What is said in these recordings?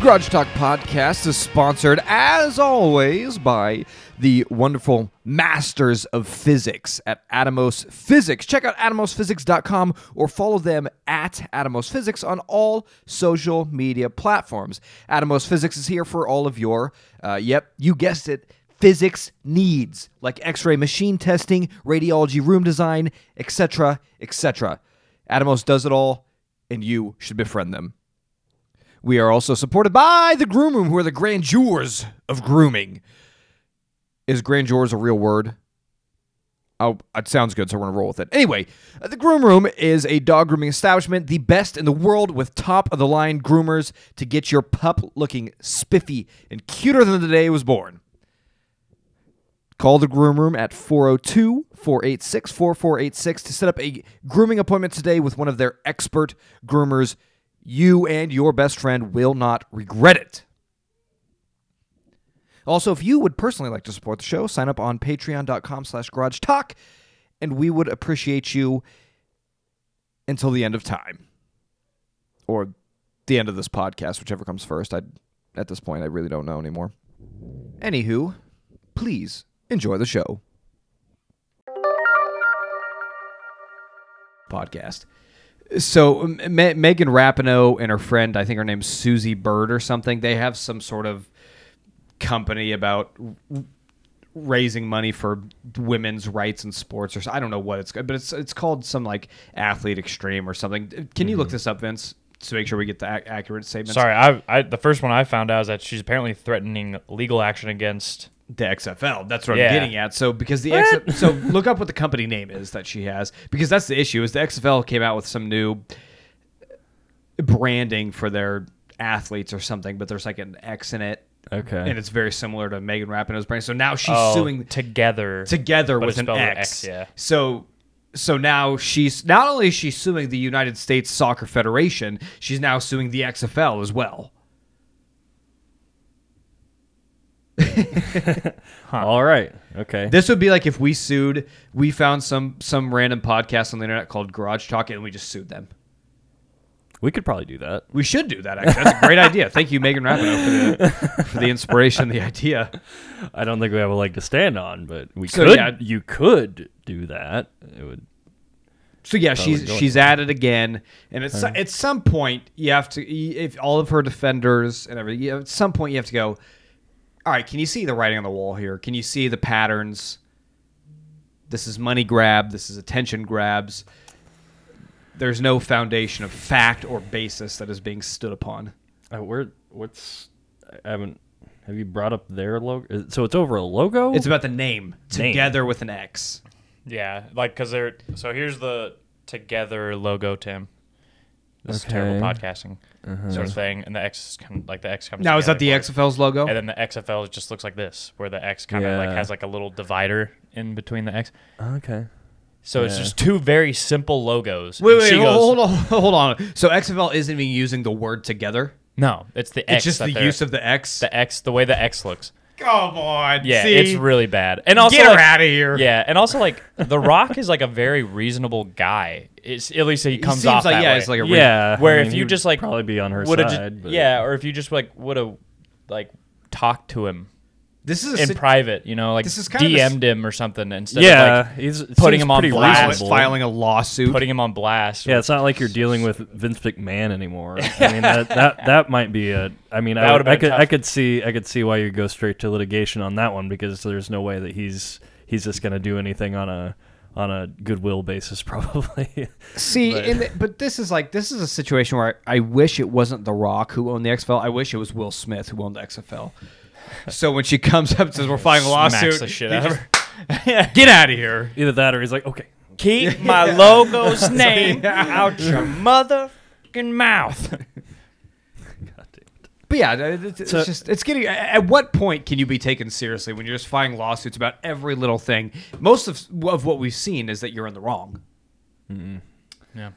Garage Talk Podcast is sponsored, as always, by the wonderful Masters of Physics at Atomos Physics. Check out atomosphysics.com or follow them at Atomos Physics on all social media platforms. Atomos Physics is here for all of your, uh, yep, you guessed it, physics needs like x-ray machine testing, radiology room design, etc., etc. Atomos does it all and you should befriend them. We are also supported by the Groom Room, who are the grandeurs of grooming. Is grandeurs a real word? Oh, it sounds good, so we're gonna roll with it. Anyway, uh, the Groom Room is a dog grooming establishment, the best in the world, with top of the line groomers to get your pup looking spiffy and cuter than the day it was born. Call the Groom Room at 402 486 4486 to set up a grooming appointment today with one of their expert groomers. You and your best friend will not regret it. Also, if you would personally like to support the show, sign up on patreon.com slash garage talk, and we would appreciate you until the end of time. Or the end of this podcast, whichever comes first. I at this point I really don't know anymore. Anywho, please enjoy the show. Podcast. So M- Me- Megan Rapinoe and her friend, I think her name's Susie Bird or something. They have some sort of company about r- raising money for women's rights in sports, or so- I don't know what it's, but it's it's called some like athlete extreme or something. Can you look this up, Vince, to make sure we get the ac- accurate statements? Sorry, I, I the first one I found out is that she's apparently threatening legal action against. the XFL. That's what Yeah. I'm getting at. So because the XFL, so look up what the company name is that she has because that's the issue is the XFL came out with some new branding for their athletes or something, but there's like an X in it, Okay. and it's very similar to Megan Rapinoe's brand. So now she's Oh, suing together. together But with it's an spelled X. with X, yeah. So so now she's not only is she suing the United States Soccer Federation, she's now suing the XFL as well. All right. Okay. This would be like if we sued, we found some some random podcast on the internet called Garage Talk, and we just sued them. we could probably do that. We should do that. Actually, that's a great idea. Thank you, Megan Rapinoe, for the, for the inspiration, the idea. I don't think we have a leg to stand on, but we So, could. yeah. You could do that. It would. So yeah, she's going she's at it again, and at so- at some point you have to if all of her defenders and everything. You, at some point you have to go. All right, can you see the writing on the wall here? Can you see the patterns? This is money grab. This is attention grabs. There's no foundation of fact or basis that is being stood upon. Uh, where? What's? I haven't. Have you brought up their logo? So it's over a logo. It's about the name together with an X. Yeah, like because they're so here's the together logo, Tim. This is terrible Okay. Uh-huh. podcasting sort of thing, and the X is kind of, like the X comes. Now is that the together XFL's logo? for it. And then the XFL just looks like this, where the X kind of like Yeah. has like a little divider in between the X. okay. So it's Yeah. just two very simple logos. Wait, and wait, she hold, goes, hold on, hold on. So XFL isn't even using the word together. No, it's the X. It's just that the they're- use of the X. the X, the way the X looks. Come on, Yeah, see? it's really bad. And also, get her like, out of here. Yeah, and also like The Rock is like a very reasonable guy. It's at least he comes seems off like- that yeah, way. it's like a re- Yeah. where I if mean, you he just would like probably be on her woulda ju- side. but- yeah, or if you just like would have like talked to him this is a in sit- private, you know, like This is kind of a s- DM'd him or something instead Yeah. of like he's it putting seems him on pretty blast. reasonable. filing a lawsuit. putting him on blast. Yeah, it's not like you're dealing with Vince McMahon anymore. I mean, that, that that might be a. I mean, That I, would've I been could tough. I could see I could see why you go straight to litigation on that one because there's no way that he's he's just gonna do anything on a on a goodwill basis probably. See, but, but this is like this is a situation where I, I wish it wasn't The Rock who owned the XFL. I wish it was Will Smith who owned the XFL. So when she comes up and says we're filing a Smacks lawsuit, the shit you out of just- get out of here. Either that or he's like, okay, Keep my logo's name out your motherfucking mouth. God damn it. But yeah, it- it's, it's So- just it's getting. At what point can you be taken seriously when you're just filing lawsuits about every little thing? Most of of what we've seen is that you're in the wrong. Yeah.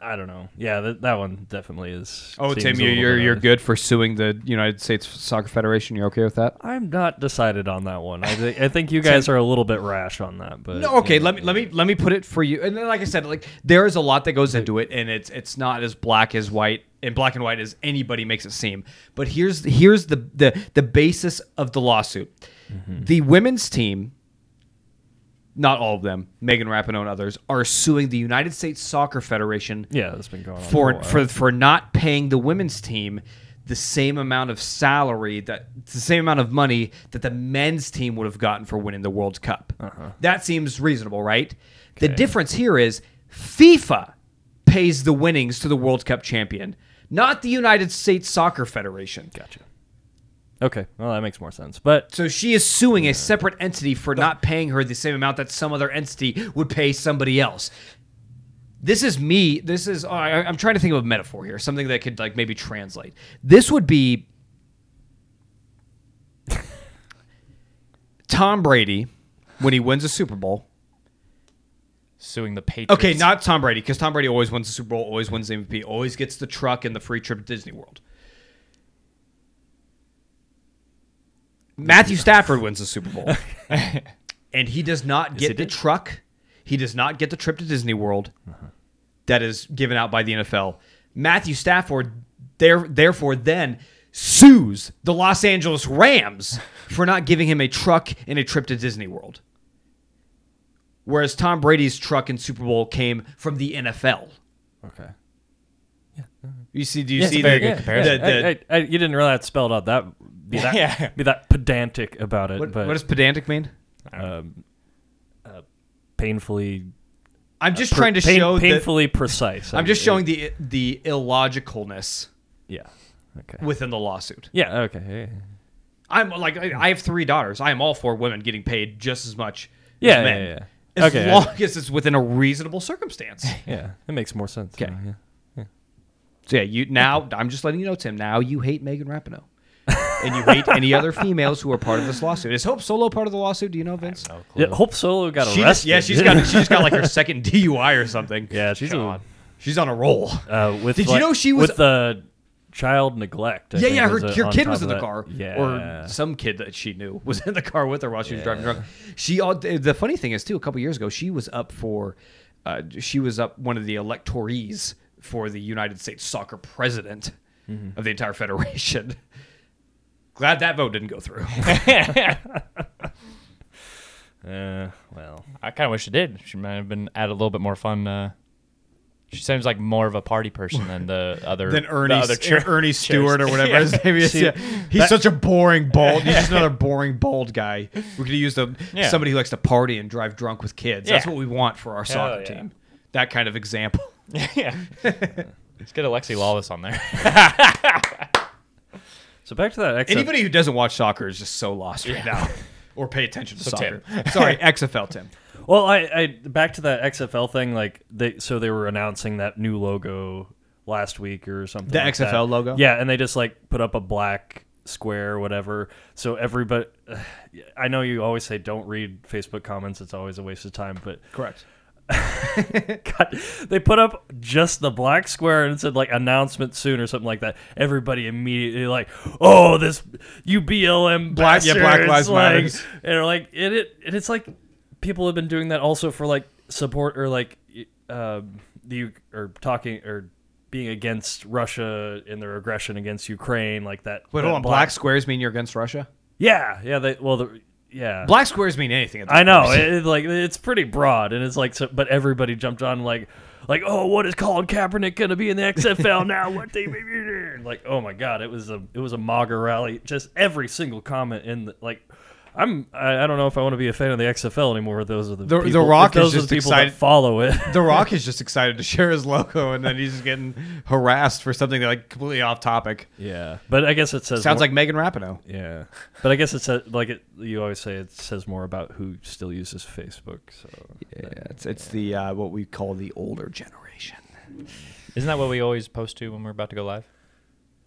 I don't know. Yeah, that, that one definitely is. Oh, seems Tim, a you, little you're bit you're odd. good for suing the United States Soccer Federation. You're okay with that? I'm not decided on that one. I, thi- I think you guys are a little bit rash on that, but No, okay. Let me let me let me put it for you. And then, like I said, like there is a lot that goes into it, and it's it's not as black as white in black and white as anybody makes it seem. But here's here's the the the basis of the lawsuit. The women's team, not all of them, Megan Rapinoe and others, are suing the United States Soccer Federation Yeah, that's been going on for, a for while. for for not paying the women's team the same amount of salary that the same amount of money that the men's team would have gotten for winning the World Cup. Uh-huh. That seems reasonable, right? The difference here is FIFA pays the winnings to the World Cup champion, not the United States Soccer Federation. Gotcha. Okay, well that makes more sense. But So she is suing a separate entity for not paying her the same amount that some other entity would pay somebody else. This is me. This is oh, I, I'm trying to think of a metaphor here, something that could like maybe translate. This would be Tom Brady when he wins a Super Bowl. Suing the Patriots. Okay, not Tom Brady because Tom Brady always wins the Super Bowl, always wins the MVP, always gets the truck and the free trip to Disney World. Matthew Stafford wins the Super Bowl, and he does not get he the did. Uh-huh. truck. He does not get the trip to Disney World that is given out by the NFL. Matthew Stafford, there, therefore, then sues the Los Angeles Rams for not giving him a truck and a trip to Disney World. Whereas Tom Brady's truck and Super Bowl came from the NFL. okay. You see? Do you Yeah, it's see a very the, good comparison. the- the- I, I, I, you didn't really have to spell it out that be that Yeah. be that pedantic about it, what, but what does pedantic mean? um, uh, painfully I'm just Uh, per- trying to pain- show. that, painfully precise. I I'm just mean, showing it- the the illogicalness Yeah. Okay. within the lawsuit. Yeah. Okay. yeah, yeah. I'm like, I I have three daughters. I am all for women getting paid just as much. Yeah, as yeah, men, yeah, yeah. As Okay, I- long as it's within a reasonable circumstance. Yeah, it makes more sense. Okay. now, yeah. So yeah, you now I'm just letting you know, Tim. Now you hate Megan Rapinoe, and you hate any other females who are part of this lawsuit. Is Hope Solo part of the lawsuit? Do you know, Vince? No clue. Yeah, Hope Solo got She just, arrested. yeah, she's got she just got like her second DUI or something. yeah, she's a, God. she's on a roll. uh, with. Did you like- know she was- with the child neglect? I Yeah, think, yeah, her, was, uh, her on kid top was in of the that. car, Yeah. or some kid that she knew was in the car with her while she was driving drunk. She au- the funny thing is too, a couple years ago, she was up for, uh, she was up one of the electorees for the United States soccer president of the entire federation. Glad that vote didn't go through. Uh, well, I kind of wish it did. She might have been at a little bit more fun. Uh, she seems like more of a party person than the other. Then the Ernie, other chair- Ernie chairs. Stewart or whatever his name is. See, yeah. He's such a boring bald. He's just another boring bald guy. We're gonna use the Yeah. somebody who likes to party and drive drunk with kids. That's Yeah. what we want for our soccer yeah. team. That kind of example. yeah. Let's get Alexi Lawless on there. so back to that. XFL. Anybody who doesn't watch soccer is just so lost right now, or pay attention to So, soccer. Tim. Sorry, XFL Tim. Well, I, I back to that XFL thing. Like they, so they were announcing that new logo last week or something. The like that. XFL logo? Yeah, and they just like put up a black square or whatever. So everybody, I know you always say don't read Facebook comments. It's always a waste of time. But Correct. God, they put up just the black square and it said like announcement soon or something like that. Everybody immediately like, oh, this UBLM Black- yeah, Black bastard," Lives it's like, Matters. and they're like it, it, and it's like people have been doing that also for like support or like y- um the U- or talking or being against Russia and their aggression against Ukraine like that. Wait, that hold on. uh, Black squares mean you're against Russia. Yeah, yeah. They well, the, yeah. Black squares mean anything. At this I know. point. It, it, like it's pretty broad, and it's like, so, but everybody jumped on like, like, oh, what is Colin Kaepernick gonna be in the XFL now? What they be doing? Like, oh my god, it was a it was a MAGA rally. Just every single comment in the, like. I'm. I, I don't know if I want to be a fan of the XFL anymore. Those are the The- The people, Rock if is those are just the people excited- that follow it. The Rock is just excited to share his logo, and then he's just getting harassed for something like completely off topic. yeah, but I guess it says Sounds more- like Megan Rapinoe. yeah, but I guess it's a, like it, you always say it says more about who still uses Facebook. So Yeah, it's it's the uh, what we call the older generation. Isn't that what we always post to when we're about to go live?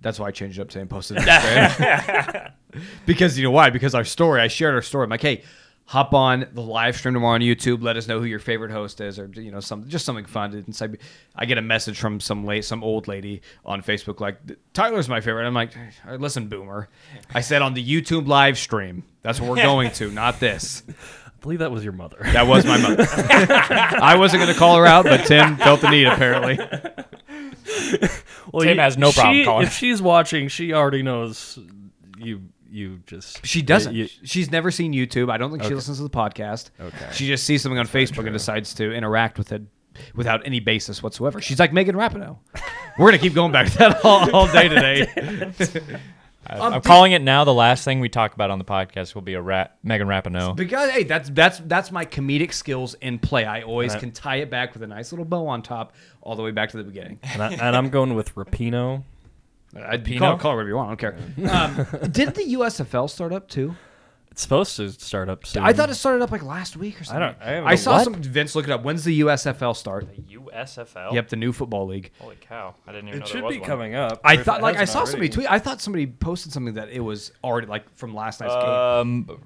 That's why I changed it up to and posted it on Instagram. because you know why? Because our story, I shared our story. I'm like, hey, hop on the live stream tomorrow on YouTube. Let us know who your favorite host is, or you know, some just something fun. And so I get a message from some late, some old lady on Facebook, like Tyler's my favorite. I'm like, "All right, listen, Boomer, I said on the YouTube live stream. That's what we're going to, not this. I believe that was your mother. That was my mother. I wasn't going to call her out, but Tim felt the need apparently. Well, Tim has no problem she- calling. If she's watching, she already knows you. You just She doesn't. you- She's never seen YouTube. I don't think she listens to the podcast. Okay. She just sees something on Facebook and decides to interact with it without any basis whatsoever. She's like Megan Rapinoe. We're gonna keep going back to that all, all day today. I, Um, I'm calling it now. The last thing we talk about on the podcast will be a rap, Megan Rapinoe. because hey, that's that's that's my comedic skills in play. I always Uh-huh. can tie it back with a nice little bow on top, all the way back to the beginning. and, I, and I'm going with Rapino. I'd Pino? call, call it whatever you want. I don't care. Um, did the USFL start up too? It's supposed to start up soon. I thought it started up like last week or something. don't- I haven't- saw What? some Vince look it up. When's the USFL start? USFL. Yep, the new football league. Holy cow! I didn't even it should be coming up. I or if thought it like I hasn't saw somebody already. tweet. I thought somebody posted something that it was already like from last night's Um, game.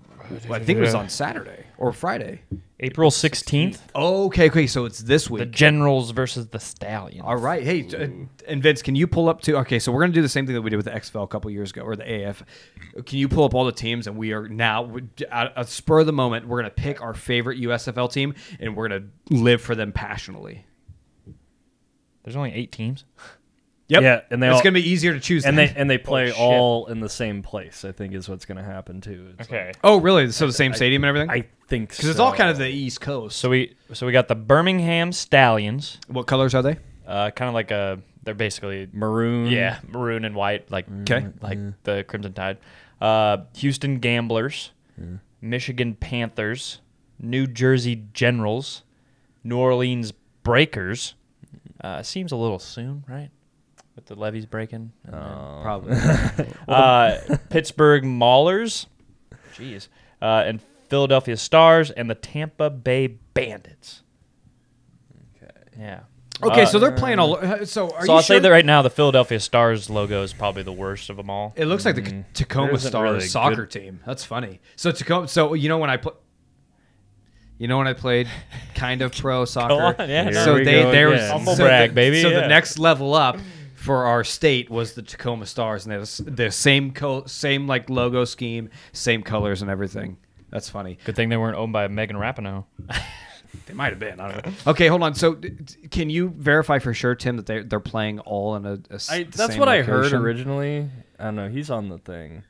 Well, I think it was on Saturday or Friday. April sixteenth, Okay, okay, so it's this the week. Generals versus the Stallions. All right, hey, t- uh, and Vince, can you pull up to? Okay, so we're gonna do the same thing that we did with the XFL a couple years ago or the AF. Can you pull up all the teams and we are now we- at a spur of the moment. We're gonna pick our favorite USFL team and we're gonna live for them passionately. There's only eight teams. Yep. Yeah, and they it's all- gonna be easier to choose. and than- they and they play shit. all in the same place. I think is what's going to happen too. It's like- oh really? So the same stadium and everything? I think Because it's all kind of the East Coast. So we so we got the Birmingham Stallions. what colors are they? Uh, kind of like a they're basically maroon. yeah maroon and white like Okay. like the Crimson Tide. Uh, Houston Gamblers, Michigan Panthers, New Jersey Generals, New Orleans Breakers. Uh, seems a little soon, right? With the levees breaking. and then- Um, Probably. uh, Pittsburgh Maulers, jeez, uh, and Philadelphia Stars, and the Tampa Bay Bandits. Okay. Yeah. Okay, Uh, so they're playing all. uh, So are so you sure? I'll say that right now, the Philadelphia Stars logo is probably the worst of them all. It looks like the Tacoma Mm-hmm. isn't Stars really a soccer team. That's funny. So Tacoma. So you know when I put. You know when I played kind of pro soccer. on, yeah. So Here we they go they were again. Humble so brag, the, baby, So the yeah. next level up for our state was the Tacoma Stars, and they was the same co- same like logo scheme, same colors and everything. That's funny. Good thing they weren't owned by Megan Rapinoe. They might have been. I don't know. Okay, hold on. So d- d- can you verify for sure, Tim, that they're they're playing all in a. a s- I, the that's same what I heard location? originally. I don't know. He's on the thing,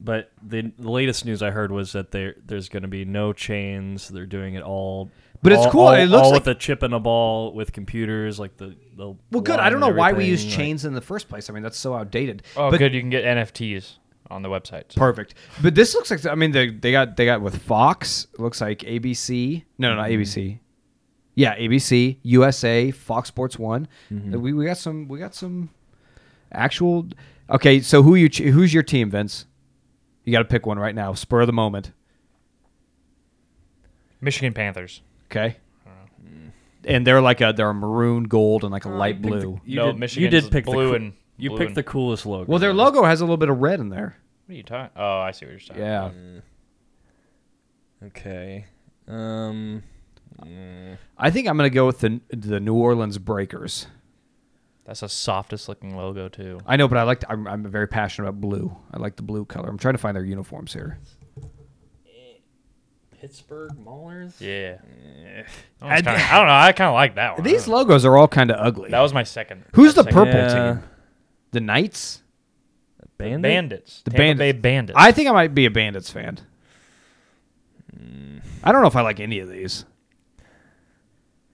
but the, the latest news I heard was that there there's going to be no chains. They're doing it all. But it's all- cool, All, it looks all like- with a chip and a ball with computers, like the the. Well, good. I don't know why we use chains in the first place. I mean, that's so outdated. Oh, but good. You can get NFTs on the website. perfect. But this looks like I mean they they got they got with Fox. it Looks like ABC. No, no, not ABC. Mm-hmm. Yeah, ABC, USA, Fox Sports One. Mm-hmm. We, we got some we got some actual. Okay, so who you ch- who's your team, Vince? You got to pick one right now, spur of the moment. Michigan Panthers. Okay. Mm. And they're like a they're a maroon gold and like a light blue. You No, did, Michigan's You did pick blue the coo- and- you blue picked and- the coolest logo. well, their logo has a little bit of red in there. What are you talking? Oh, I see what you're talking. Yeah. Okay. Um. I think I'm gonna go with the the New Orleans Breakers. That's the softest looking logo too. I know, but I like. To, I'm, I'm very passionate about blue. I like the blue color. I'm trying to find their uniforms here. Pittsburgh Maulers. Eh. Yeah. That one's kinda- I don't know. I kind of like that one. These I don't know. logos are all kind of ugly. that was my second. Who's the my second- purple team? The Knights. Bandit. Bandits. The The Bandits. Tampa Bay Bandits. I think I might be a Bandits fan. Hmm. I don't know if I like any of these.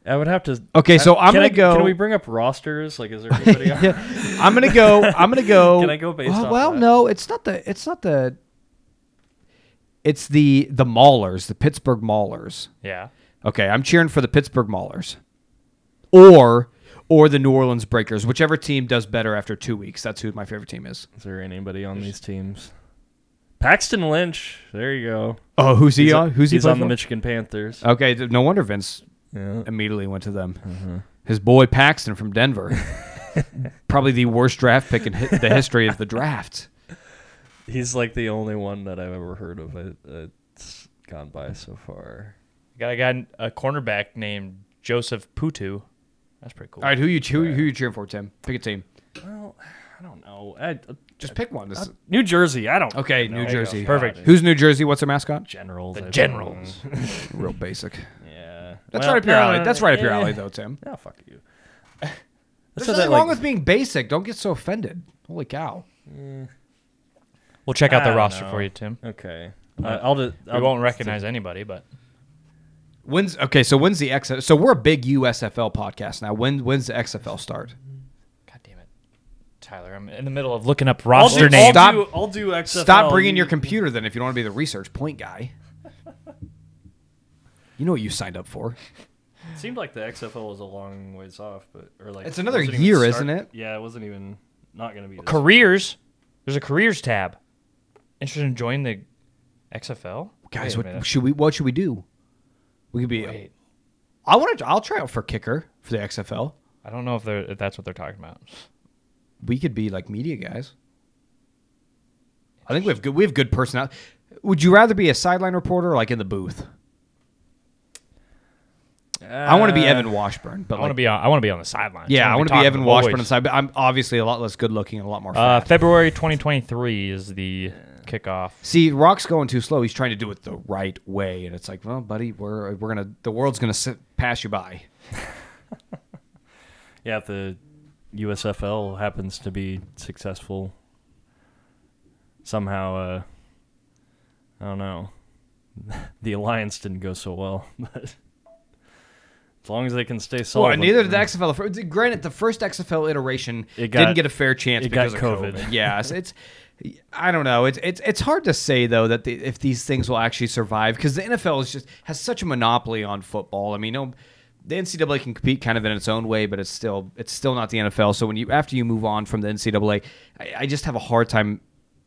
I would have to. Okay, so I'm Can I- gonna go- Can we bring up rosters? Like, is there anybody? on- I'm gonna go. I'm gonna go. Can I go based well, off well, that? no, it's not the. It's not the. It's the the Maulers, the Pittsburgh Maulers. yeah. Okay, I'm cheering for the Pittsburgh Maulers, or or the New Orleans Breakers, whichever team does better after two weeks. That's who my favorite team is. Is there anybody on these teams? Paxton Lynch. There you go. Oh, who's he He's on? Who's he's he on the playing Michigan Panthers? for? Uh, Okay, th- no wonder Vince yeah. immediately went to them. Mm-hmm. His boy Paxton from Denver, probably the worst draft pick in hi- the history of the draft. He's like the only one that I've ever heard of that- that's gone by so far. We Got a guy, a cornerback named Joseph Putu. That's pretty cool. All right, who you who, who you cheering for, Tim? Pick a team. Well, I don't know. I, uh, Just pick one. This- New Jersey. I don't. okay, New Jersey. Perfect. Who's New Jersey? What's their mascot? Generals. The I Generals. Real basic. think. Yeah. That's Well, right up your no, no, alley. no, That's no, right up your yeah. alley, though, Tim. No, fuck you. That's There's so nothing that, like, wrong with being basic. Don't get so offended. Holy cow. we'll check out I the don't roster know. for you, Tim. Okay. Uh, I'll just. We won't recognize anybody, but When's okay? So when's the XFL? So we're a big USFL podcast now. When when's the XFL start? God damn it, Tyler, I'm in the middle of looking up I'll do, roster I'll names. Stop- do, I'll do XFL. Stop bringing your You- computer then if you don't want to be the research point guy. You know what you signed up for. It seemed like the XFL was a long ways off, but or like It's another wasn't even year, start- isn't it? Yeah, it wasn't even not going to be this Careers. There's a careers tab. Interested in joining the XFL? Guys, what Wait a minute. should we what should we do? We could be Wait. I want to I'll try out for kicker for the XFL. I don't know if, they're, if that's what they're talking about. We could be like media guys. I think we have good we have good personality. Would you rather be a sideline reporter or like in the booth? I want to be Evan Washburn, but I want to like- be on. I want to be on the sidelines. Yeah, I want to be talking Evan the boys. Washburn inside, but I'm obviously a lot less good looking and a lot more Uh, fat. February 2023 is the kickoff. See, Rock's going too slow. He's trying to do it the right way, and it's like, well, buddy, we're we're gonna the world's gonna sit, pass you by. Yeah, if the USFL happens to be successful somehow, uh, I don't know. the alliance didn't go so well, but as long as they can stay Well, solid. neither did the XFL. Fir- Granted, the first XFL iteration It didn't got- get a fair chance it because got of COVID. COVID. yeah, so it's I don't know. It's it's it's hard to say though that the, if these things will actually survive because the NFL is just has such a monopoly on football. I mean, no, the NCAA can compete kind of in its own way, but it's still it's still not the NFL. So when you after you move on from the NCAA, I, I just have a hard time.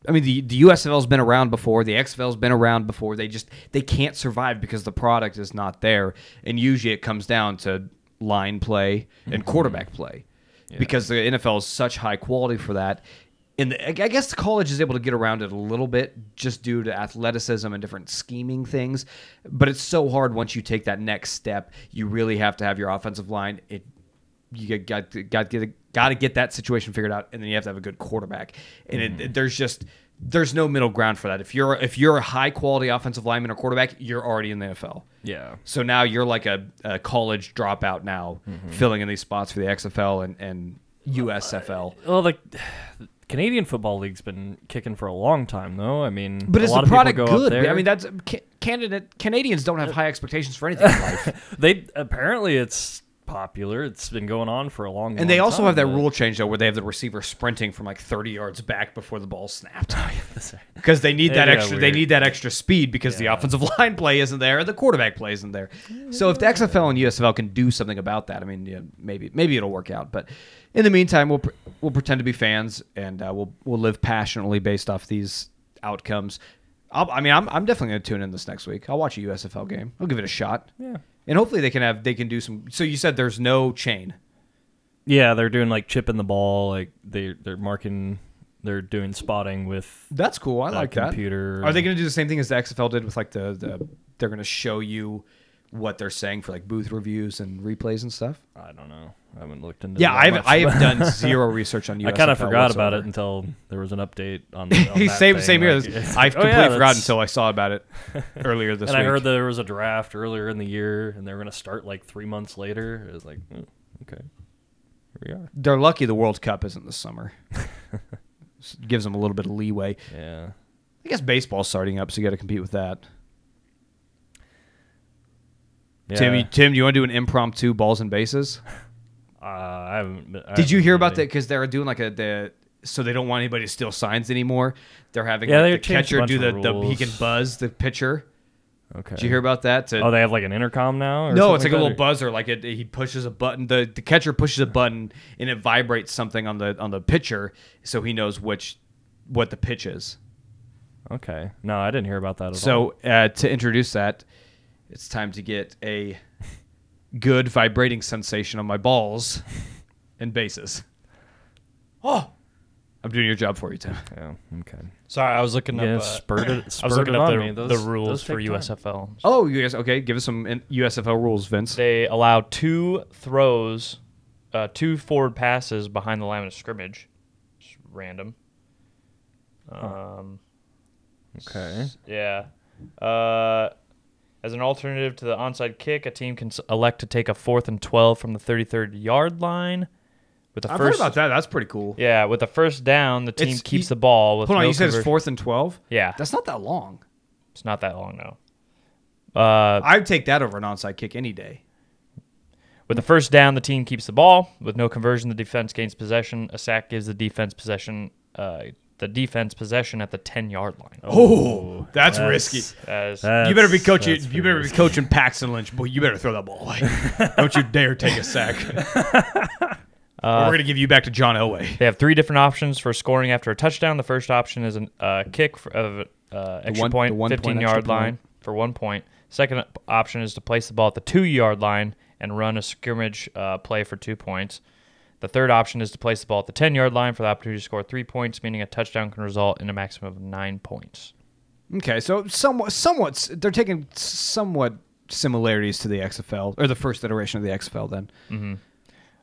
I mean, the, the USFL's been around before. The XFL's been around before. They just they can't survive because the product is not there. And usually it comes down to line play and Mm-hmm. quarterback play because the NFL is such high quality for that. And the, I I guess the college is able to get around it a little bit just due to athleticism and different scheming things. But it's so hard once you take that next step. You really have to have your offensive line. It you get, got to- got to get got to get that situation figured out, and then you have to have a good quarterback. And it, it- there's just there's no middle ground for that. If you're if you're a high quality offensive lineman or quarterback, you're already in the NFL. Yeah. So now you're like a, a college dropout now, filling in these spots for the XFL and, and USFL. Well, the Canadian Football League's been kicking for a long time, though. I mean, But a is lot the of people product go up good? there. I mean, that's Ca- candidate Canadians don't have high expectations for anything in life, they apparently it's popular. It's been going on for a long. and they long also time, have that but- rule change though, where they have the receiver sprinting from like 30 yards back before the ball snapped, Oh, because they need They that do that extra. They weird- need that extra speed because the offensive line play isn't there, and the quarterback play isn't there. So if the XFL and USFL can do something about that, I mean, yeah, maybe maybe it'll work out. But in the meantime, we'll pr- we'll pretend to be fans, and uh, we'll we'll live passionately based off these outcomes. I'll, I mean, I'm, I'm definitely going to tune in this next week. I'll watch a USFL game. I'll give it a shot. Yeah. And hopefully they can have they can do some. So you said there's no chain. Yeah, they're doing like chipping the ball, like they they're marking, they're doing spotting with That's cool. I That like computer. that. Are they going to do the same thing as the XFL did with like the, the they're going to show you what they're saying for like booth reviews and replays and stuff? I don't know. I haven't looked into. Yeah, that I've much. I have done zero research on USFL. I kind of forgot about it whatsoever. until there was an update on. the on Hey, that same thing, same like, here. it's I like, oh, completely yeah, forgot that's- until I saw about it earlier this And week. I heard there was a draft earlier in the year, and they were going to start like three months later. It was like, mm, okay, here we are. they're lucky the World Cup isn't this summer. S- Gives them a little bit of leeway. Yeah, I guess baseball's starting up, so you got to compete with that. yeah. Tim, you, Tim, do you want to do an impromptu balls and bases? uh, I haven't. been- I Did you haven't hear about that? really- Because they're doing like a the so they don't want anybody to steal signs anymore. They're having Yeah, like, they the changed a catcher bunch do the, of the he rules. can buzz the pitcher. Okay. Did you hear about that? To- Oh, they have like an intercom now. Or no, it's like something a little that, or- buzzer. Like it, he pushes a button. The the catcher pushes a button and it vibrates something on the on the pitcher, so he knows which what the pitch is. Okay. No, I didn't hear about that at all. So uh, to introduce that, it's time to get a good vibrating sensation on my balls and bases. Oh, I'm doing your job for you, Tim. Yeah. Okay. Sorry, I was looking Yeah, up. Uh, spurred it. I was Spurred looking it up on the, me. Those, the rules those for take time. USFL. Oh, you guys, okay. Give us some in- USFL rules, Vince. They allow two throws, uh, two forward passes behind the line of scrimmage. Just random. Um, Okay. Yeah. Uh, as an alternative to the onside kick, a team can s- elect to take a fourth and 12 from the 33rd yard line With the I've first, heard about that. That's pretty cool. yeah, with the first down, the team It's- keeps you- the ball. With Hold on, no you said it's conversion. fourth and twelve. Yeah, That's not that long. it's not that long though. Uh, I'd take that over an onside kick any day. With the first down, the team keeps the ball. With no conversion, the defense gains possession. A sack gives the defense possession. Uh, the defense possession at the ten yard line. Oh, that's, that's- risky. As- you better be That's- coaching. that's You better be coaching Paxton Lynch. Boy, you better throw that ball away. Don't you dare take a sack. Uh, Or We're gonna give you back to John Elway. they have three different options for scoring after a touchdown. The first option is a uh, kick for, of uh, extra one- point, the one point fifteen extra yard point. line for one point. Second option is to place the ball at the two yard line and run a scrimmage uh, play for two points. The third option is to place the ball at the ten yard line for the opportunity to score three points, meaning a touchdown can result in a maximum of nine points. Okay, so somewhat, somewhat, s- they're taking s- somewhat similarities to the XFL or the first iteration of the XFL. Then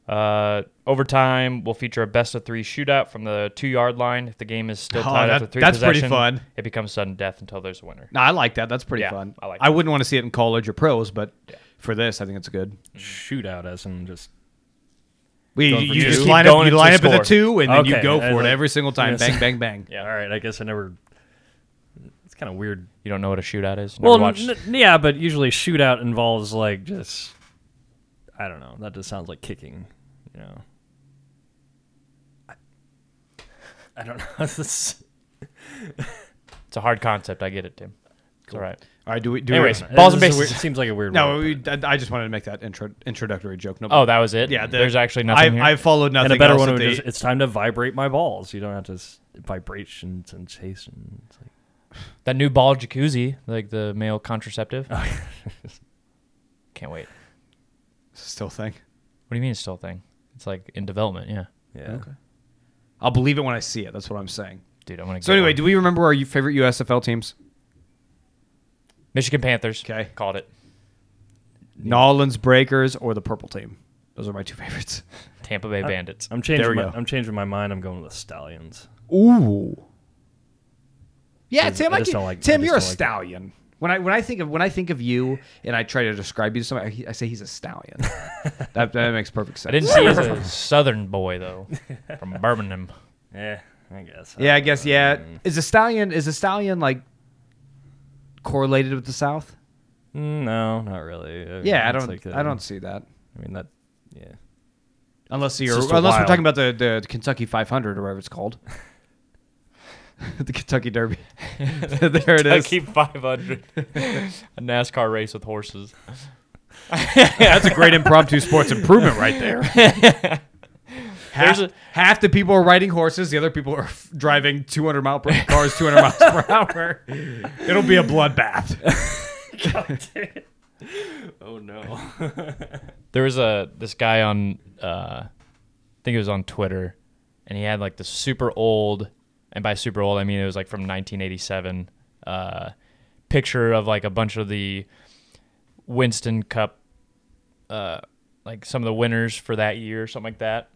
Uh, overtime will feature a best of three shootout from the two yard line. If the game is still Oh, tied that- after three that's pretty possession, fun. It becomes sudden death until there's a winner. no, I like that. That's pretty Yeah, fun. I like I that. wouldn't want to see it in college or pros, but for this, I think it's good. shootout as in just We, Going for you two. just Keep line up, going you until line up at the score. two, and then you Okay, go I for it like- every single time. Yes. Bang, bang, bang. Yeah. all right. I guess I never. It's kind of weird. You don't know what a shootout is. Never Well, watched- n- yeah, but usually shootout involves like just I don't know. That just sounds like kicking, you know. I, I don't know. This- it's a hard concept. I get it, Tim. It's all right. All right, do we? Do Anyways, we, Balls and this is a bases. weird- seems like a weird. no, word, we, but- I, I just wanted to make that intro, introductory joke. No, Oh, that was it. yeah. the- there's actually nothing I've, here. I've followed nothing. and a better else one that would they- just it's time to vibrate my balls. You don't have to s- vibration sensation. It's like, that new ball jacuzzi, like the male contraceptive. Oh, Can't wait. still a thing. What do you mean it's still a thing? It's like in development. Yeah, yeah. Okay. I'll believe it when I see it. That's what I'm saying. dude. I'm gonna. So get anyway, one. do we remember our favorite USFL teams? Michigan Panthers. 'Kay. called it. Nolans Breakers or the Purple Team. Those are my two favorites. Tampa Bay Bandits. I'm changing. There we my, go. I'm changing my mind. I'm going with the stallions. Ooh. Yeah, Just- Tim. I I, just get- don't like- I Tim, just you're a don't like it. stallion. When I when I think of when I think of you and I try to describe you to somebody, I I say he's a stallion. that, that makes perfect sense. I didn't see you as a Southern boy though, from Birmingham. Yeah, Eh, I guess. Yeah, I guess. Yeah, Mm. is a stallion is a stallion like correlated with the South? Mm, No, not really. I mean, Yeah, I it's don't. like a- I don't see that. I mean that. Yeah. Unless you're, just a unless we're wild- talking about the, the, Kentucky 500 or whatever it's called, the Kentucky Derby. there it is. Kentucky 500. a NASCAR race with horses. That's a great impromptu sports improvement right there. half, There's a- half the people are riding horses, the other people are f- driving 200 mile per cars, 200 miles per hour. It'll be a bloodbath. Oh no. There was a this guy on uh, I think it was on Twitter and he had like this super old and by super old I mean it was like from 1987 uh, picture of like a bunch of the Winston Cup uh, like some of the winners for that year or something like that.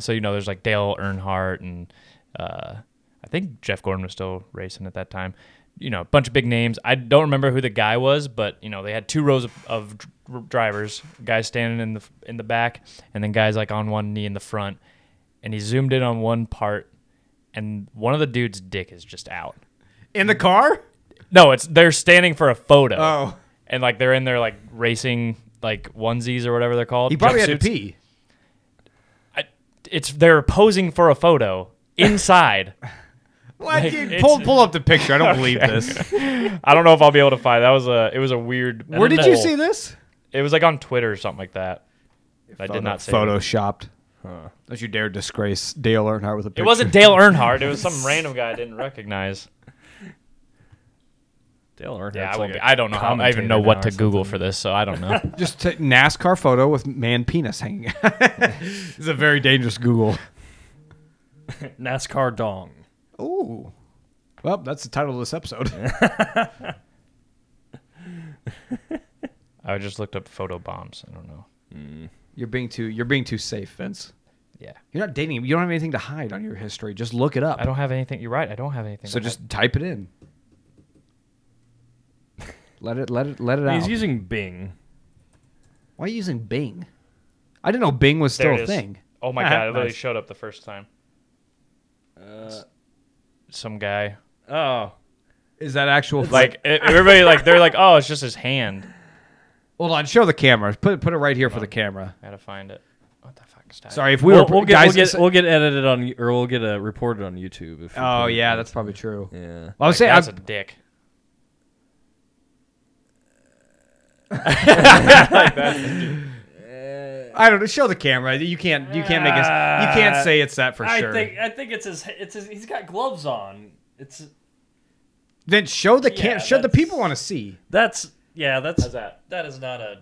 so you know there's like Dale Earnhardt and uh, I think Jeff Gordon was still racing at that time. You know, a bunch of big names. I don't remember who the guy was, but you know they had two rows of, of dr- drivers, guys standing in the in the back, and then guys like on one knee in the front. And he zoomed in on one part, and one of the dude's dick is just out. In the car? No, it's they're standing for a photo. Oh. And like they're in their like racing like onesies or whatever they're called. He probably had jumpsuits. to pee. I, it's they're posing for a photo inside. What? pull, pull up the picture. I don't believe this. I don't know if I'll be able to find. That was a it was a weird. I Where don't did you know. see this? It was like on Twitter or something like that. I did not see. It. Photoshopped. Don't you dare disgrace Dale Earnhardt with a picture. it wasn't Dale Earnhardt. It was some random guy I didn't recognize. Dale Earnhardt's Yeah, I, like won't be, a I don't know. How, I even know commentator now what to or Google for this, so I don't know. Just take NASCAR photo with man penis hanging. out. it's a very dangerous Google. something. NASCAR dong. Ooh. Well, that's the title of this episode. I just looked up photo bombs. I don't know. you're being too you're being too safe, Vince. Yeah, You're not dating him. You don't have anything to hide on your history. Just look it up. I don't have anything. You're right. I don't have anything. so to just type it in. Let it let it let it He's out. using Bing. Why are you using Bing? I didn't know Bing was There still it a is. thing. Oh my Ah, god! It literally nice. showed up the first time. Some guy. Oh, Is that actual? Like e- everybody, like they're like, oh, it's just his hand. hold on, show the camera. Put put it right here for the camera. I gotta find it. What the fuck is that? Sorry, if we we will were we'll get guys. we'll this- get, we'll get edited on or we'll get uh, reported on YouTube. If we oh put it yeah, on. that's probably true. yeah. Well, I was Like, saying, that's I'm- a dick. I don't know. Show the camera. You can't. You can't make us. You can't say it's that for I sure. think I think it's his it's his, he's got gloves on. It's then show the cam. Yeah, show the that's- people want to see. that's yeah that's How's that? that is not a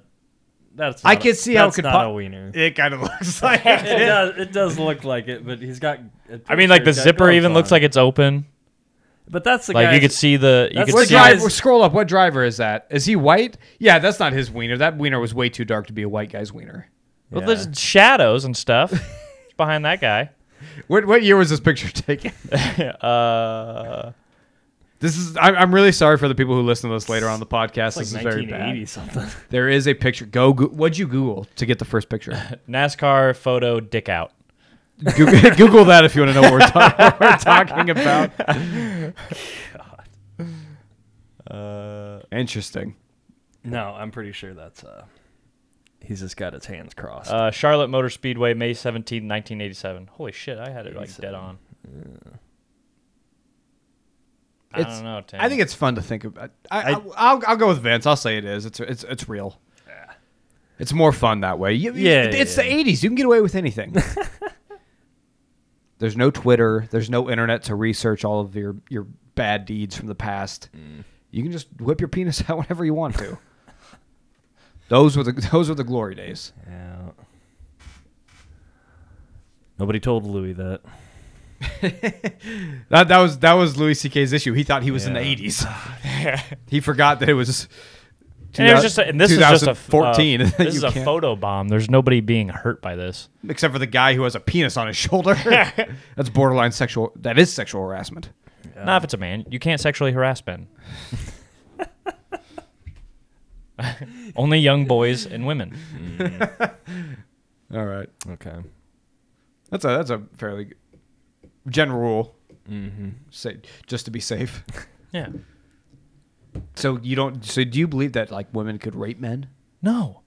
that's I not can a, see how it that's could not pop- a wiener. It kind of looks like. it does it does look like it, but he's got. I mean, like the zipper even looks like it's open. But that's the Like you guy's- could see the you That's could What what see. guy- driver? guys- Scroll up. What driver is that? Is he white? Yeah, that's not his wiener. That wiener was way too dark to be a white guy's wiener. Well, Yeah. there's shadows and stuff behind that guy. What what year was this picture taken? Uh, This is. I'm, I'm really sorry for the people who listen to this later on the podcast. It's this like is very bad. 1980 something. There is a picture. Go. Goo- What'd you Google to get the first picture? NASCAR photo dick out. Google, Google that if you want to know what we're, talk- what we're talking about. Uh, Interesting. No, I'm pretty sure that's uh, he's just got his hands crossed. uh, Charlotte Motor Speedway, May 17, 1987. Holy shit, I had it like dead on. I It's- don't know, Tim. I think it's fun to think about. I, I, I'll, I'll go with Vince. I'll say it is. It's it's it's real. It's more fun that way. You- you- Yeah, it's yeah, the '80s. You can get away with anything. there's no Twitter. There's no internet to research all of your your bad deeds from the past. Mm. You can just whip your penis out whenever you want to. those were the those were the glory days. yeah. Nobody told Louis that. That that was that was Louis C.K.'s issue. He thought he was in the Yeah. '80s. he forgot that it was. And, it was just a, and this is just a f- 2014. Uh, that this you is a can't- photo bomb. There's nobody being hurt by this. except for the guy who has a penis on his shoulder. That's borderline sexual. That is sexual harassment. Not if it's a man. You can't sexually harass men. Only young boys and women. All right, Okay. that's a that's a fairly general rule. Mm-hmm. Say just to be safe. Yeah. So you don't. So do you believe that like women could rape men? No.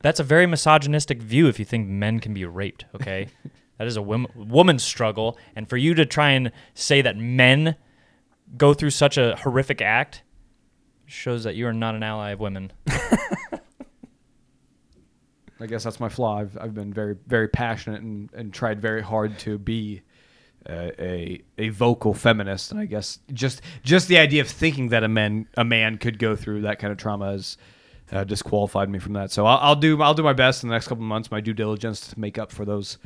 That's a very misogynistic view if you think men can be raped, okay? that is a wom- woman's struggle. And for you to try and say that men go through such a horrific act shows that you are not an ally of women. I guess that's my flaw. I've, I've been very very passionate and, and tried very hard to be. Uh, a a vocal feminist, and I guess just just the idea of thinking that a man a man could go through that kind of trauma has uh, disqualified me from that. So I'll, I'll do I'll do my best in the next couple of months, my due diligence to make up for those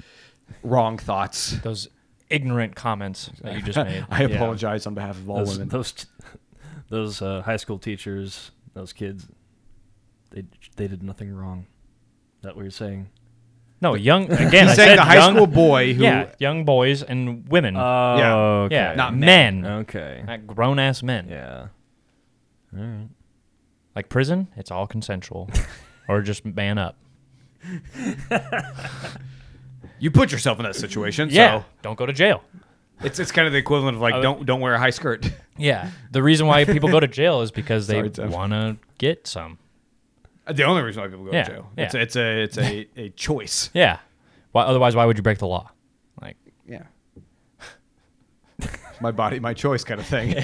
wrong thoughts. Those ignorant comments that you just made. I apologize on behalf of all Those women. those, those uh, high school teachers, those kids, they they did nothing wrong. That what you're saying? No, young again. I He's saying said the high young- school boy who Yeah, young boys and women. Oh, Yeah. okay. yeah, Not men. okay. Not grown ass men. Yeah. Like prison, it's all consensual, or just man up. you put yourself in that situation. Yeah, don't go to jail. So it's it's kind of the equivalent of like would- don't don't wear a high skirt. Yeah, the reason why people go to jail is because they Sorry, Tim. want to get some. the only reason why people go Yeah, to jail. yeah. It's it's a it's a, a choice. Yeah, why, otherwise, why would you break the law? Like, Yeah. my body, my choice kind of thing.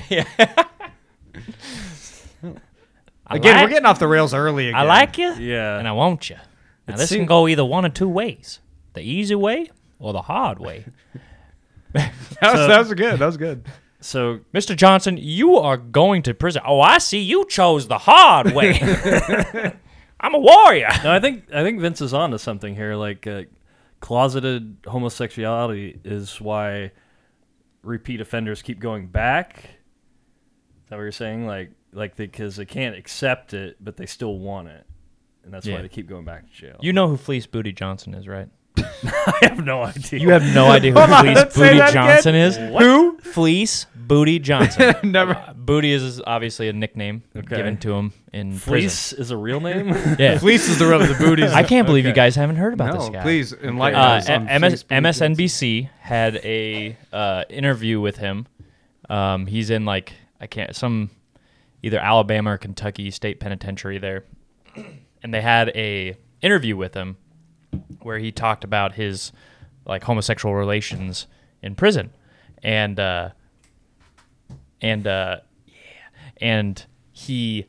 I Again, like, we're getting off the rails early again. I like you, Yeah. and I want you. Now It this can seem- go either one of two ways: the easy way or the hard way. that. Was, that was good. That was good. So Mr. Johnson, you are going to prison. Oh, I see. You chose the hard way. I'm a warrior. no, I think I think Vince is onto something here. Like uh, closeted homosexuality is why repeat offenders keep going back. Is that what you're saying? Like like because they, can't accept it, but they still want it, and that's Yeah. why they keep going back to jail. You know who Fleece Booty Johnson is, right? I have no idea. You have no idea who Hold on, Fleece let's say Booty that again. Johnson is. Who? Fleece Booty Johnson. Uh, Never. Booty is obviously a nickname Okay. given to him in Fleece is a real name. prison. Yeah. Fleece is the rub of the booties. I can't believe you Okay. guys haven't heard about no, this guy. please enlighten Uh, us. on M- MS- Fleece Booty Johnson. MSNBC had a uh, interview with him. Um, he's in like I can't some either Alabama or Kentucky state penitentiary there, and they had a interview with him where he talked about his like homosexual relations in prison, and uh, and uh, yeah, and he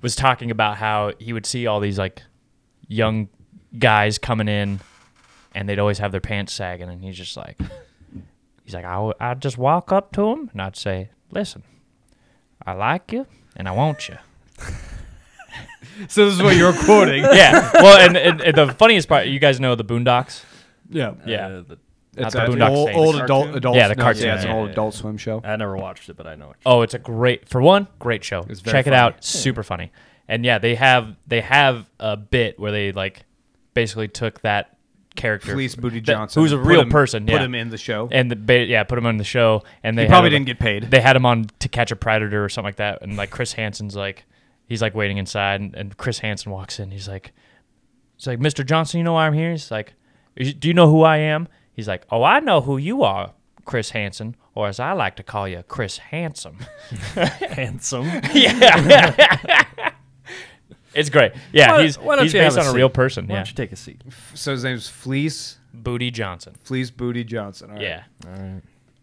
was talking about how he would see all these like young guys coming in and they'd always have their pants sagging and he's just like he's like I I'd just walk up to him and I'd say listen I like you and I want you So this is what you're quoting. yeah well and, and, and the funniest part you guys know the Boondocks Yeah. yeah Uh, the- It's the an Boondock old, Saints. old adult, Cartoon? adult. Yeah, the no, cartoon, Yeah, it's an yeah, old yeah. Adult Swim show. I never watched it, but I know it. Oh, it's a great for one, great show. It's very Check it funny. out, super funny. And yeah, they have they have a bit where they like basically took that character, Fleece Booty that- Johnson, who's a put real him- person, put yeah. him in the show. and the ba- yeah, put him on the show. And they He had probably him- didn't get paid. They had him on To Catch a Predator or something like that. And like Chris Hansen's like he's like waiting inside, and, and Chris Hansen walks in. He's like, he's like Mr. Johnson, you know why I'm here? He's like, "Is- do you know who I am? He's like, oh, I know who you are, Chris Hansen, or as I like to call you, Chris Handsome. Handsome. yeah. it's great. Yeah, Why- he's, why don't he's you have based on a a seat? real person. Why Yeah. don't you take a seat? So his name's Fleece Booty Johnson. Fleece Booty Johnson. All right. Yeah.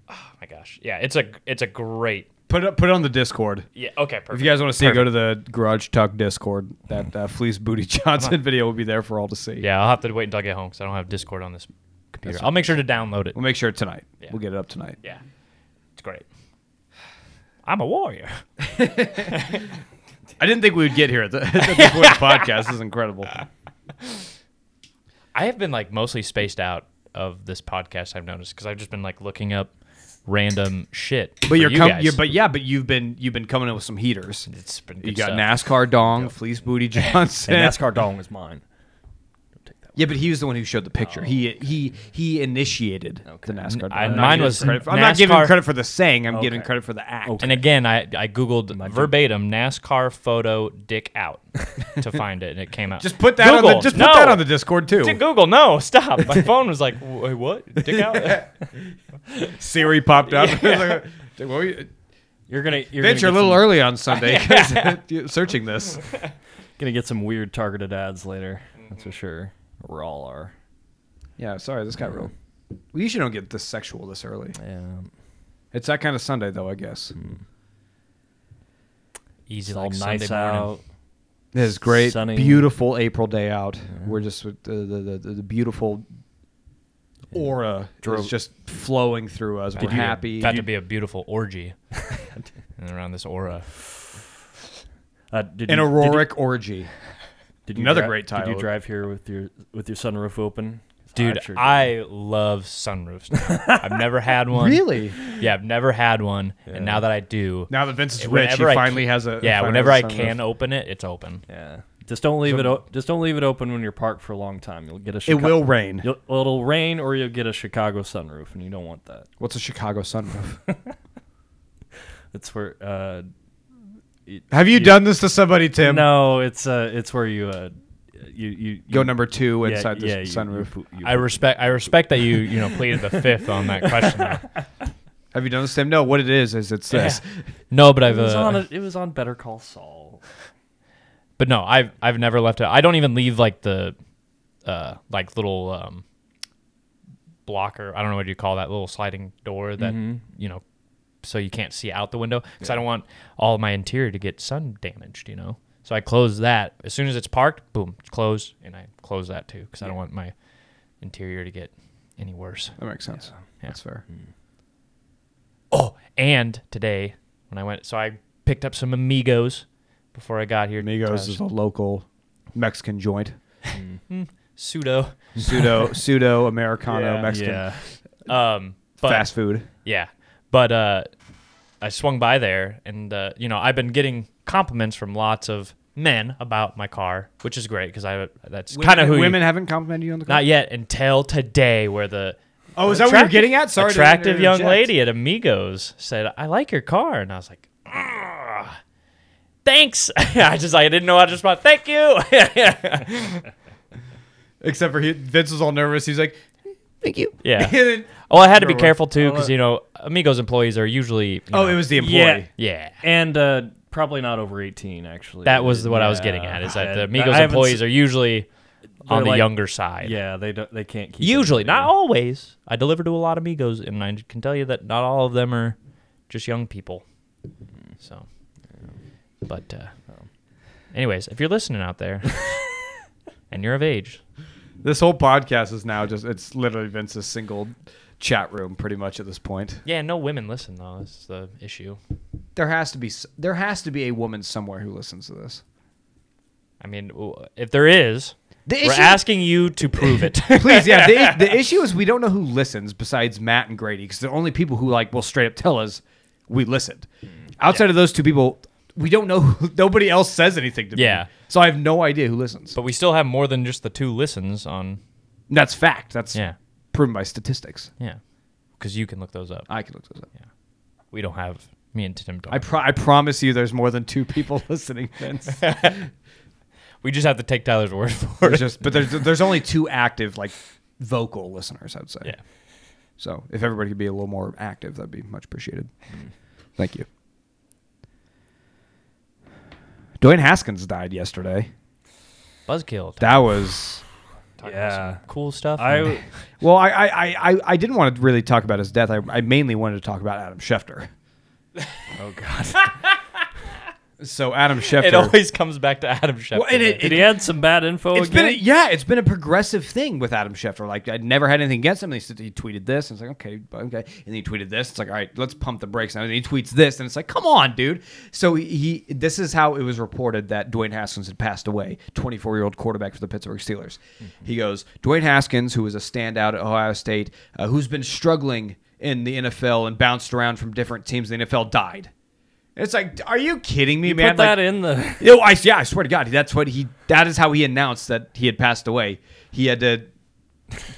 Oh my gosh. Yeah, it's a it's a great. Put it, put it on the Discord. Yeah, okay, perfect. If you guys want to see it, go to the Garage Talk Discord. That uh, Fleece Booty Johnson video will be there for all to see. yeah, I'll have to wait until I get home cuz I don't have Discord on this computer. I'll make sure to download it. We'll make sure tonight. Yeah. We'll get it up tonight. Yeah. It's great. I'm a warrior. I didn't think we would get here at, the, at this point in the podcast. This is incredible. I have been like mostly spaced out of this podcast I've noticed cuz I've just been like looking up random shit. for But you're, you com- guys. you're but yeah, but you've been you've been coming in with some heaters. it's been good You got stuff. NASCAR Dong, Fleece Booty Johnson. And NASCAR Dong is mine. Yeah, but he was the one who showed the picture. He he he initiated the NASCAR. Dong. I- I'm not mine giving was credit for- I'm not giving NASCAR- credit for the saying. I'm giving Okay. credit for the act. And again, I, I Googled verbatim NASCAR photo dick out to find it, and it came out. Just put that on Google, the just no. put that on the Discord too. Dude, Google, no, stop. My phone was like, wait, what? Dick out? Siri popped up. Dude, what were you- You're gonna. You're Vince, you're a gonna, little get early on Sunday. 'cause you're searching this. some, gonna get some weird targeted ads later. That's Mm-hmm. for sure. We all are. Yeah, sorry, this got real. We usually don't get this sexual this early. Yeah. It's that kind of Sunday though, I guess. Easy, It's like all Sunday nice morning. out. It is great, Sunny. beautiful April day out. We're just with the the, the, the, the beautiful aura is Drove- just flowing through us. We're Did you- happy. About to be a beautiful orgy and around this aura. Uh, did an you, auroric orgy. Did you, did you Another dri- great Did title. you drive here with your with your sunroof open? 'Cause Dude, sure did. I love sunroofs. now. I've never had one. Really? Yeah, I've never had one. And now that I do, Now that Vince is rich, he whenever I finally can- has a yeah. finally Whenever I has a sunroof. can uh, open it, it's open. Yeah. Just don't leave it. O- just don't leave it open when you're parked for a long time. You'll get a. It Chica- will rain. You'll, well, it'll rain, or you'll get a Chicago sunroof, and you don't want that. What's a Chicago sunroof? It's where. Uh, it- Have you done this to somebody, Tim? No, it's uh, it's where you uh, you you, you Go number two yeah, inside the yeah, you- s- you sunroof. poop- you I poop. respect. I respect that you you know pleaded the fifth on that question. though. Have you done this, Tim? No. What it is is it's this. No, but I've It was, uh, on a- it was on Better Call Saul. but no, I've I've never left it. I don't even leave like the uh like little um blocker. I don't know what you call that little sliding door that Mm-hmm. you know so you can't see out the window because I don't want all my interior to get sun damaged. You know, so I close that as soon as it's parked. Boom, it's closed, and I close that too because I don't want my interior to get any worse. That makes sense. Yeah. That's fair. Oh, and today when I went, so I picked up some amigos before I got here. Amigos is a local Mexican joint. pseudo. Pseudo pseudo Americano Mexican Yeah. Um, but fast food. yeah, but uh, I swung by there, and uh, you know I've been getting compliments from lots of men about my car, which is great because I that's kind of who you- women haven't complimented you on the car. not yet until today, where the Oh, is that what you're getting at? Sorry, to attractive young interject. lady at Amigos said, "I like your car," and I was like, "Ugh, "Thanks." I just I didn't know how to respond. Thank you. Except for he, Vince was all nervous. He's like, "Thank you." yeah. And- Oh, I had to be Remember- careful too because you know Amigos employees are usually. you oh, know- it was the employee. Yeah. Yeah. and uh, probably not over 18 actually That was what I was Yeah. getting at. Is that I- the Amigos I haven't employees are usually on the like- younger side. Yeah, they don't. They can't keep. Usually, it. not always. I deliver to a lot of amigos, and I can tell you that not all of them are just young people. So, but, uh, anyways, if you're listening out there and you're of age, This whole podcast is now just—it's literally Vince's single chat room, pretty much at this point. yeah, no women listen though. That's the issue. There has to be s- there has to be a woman somewhere who listens to this. I mean, w- if there is, The we're issue- asking you to prove it. Please, yeah. The, i- the issue is we don't know who listens besides Matt and Grady because the only people who like will straight up tell us we listened. Outside of those two people, we don't know. Who, nobody else says anything to me. Yeah. So I have no idea who listens. but we still have more than just the two listens on. That's fact. That's Yeah, proven by statistics. yeah, because you can look those up. I can look those up. We don't have me and Tim. Don't. I pro- I promise you, there's more than two people listening. Vince. we just have to take Tyler's word for There's it. just but there's there's only two active like vocal listeners. I'd say. yeah. So if everybody could be a little more active, that'd be much appreciated. Thank you. Dwayne Haskins died yesterday. Buzzkill. That was Yeah. cool stuff. I well. I I, I- I, I didn't want to really talk about his death. I, I mainly wanted to talk about Adam Schefter. oh god. So Adam Schefter. it always comes back to Adam Schefter. Well, and it- Did he add some bad info It's been again? a, yeah, it's been a progressive thing with Adam Schefter. Like I'd never had anything against him. And he, said- he tweeted this, and it's like okay, okay. And then he tweeted this. It's like all right, let's pump the brakes now. And then he tweets this, and it's like come on, dude. So he, he this is how it was reported that Dwayne Haskins had passed away, 24 year old quarterback for the Pittsburgh Steelers. Mm-hmm. He goes Dwayne Haskins, who was a standout at Ohio State, uh, who's been struggling in the NFL and bounced around from different teams. in The NFL died. And It's like, are you kidding me, you man? put that like, in the. Yo, I yeah, I swear to God, that's what he. That is how he announced that he had passed away. He had to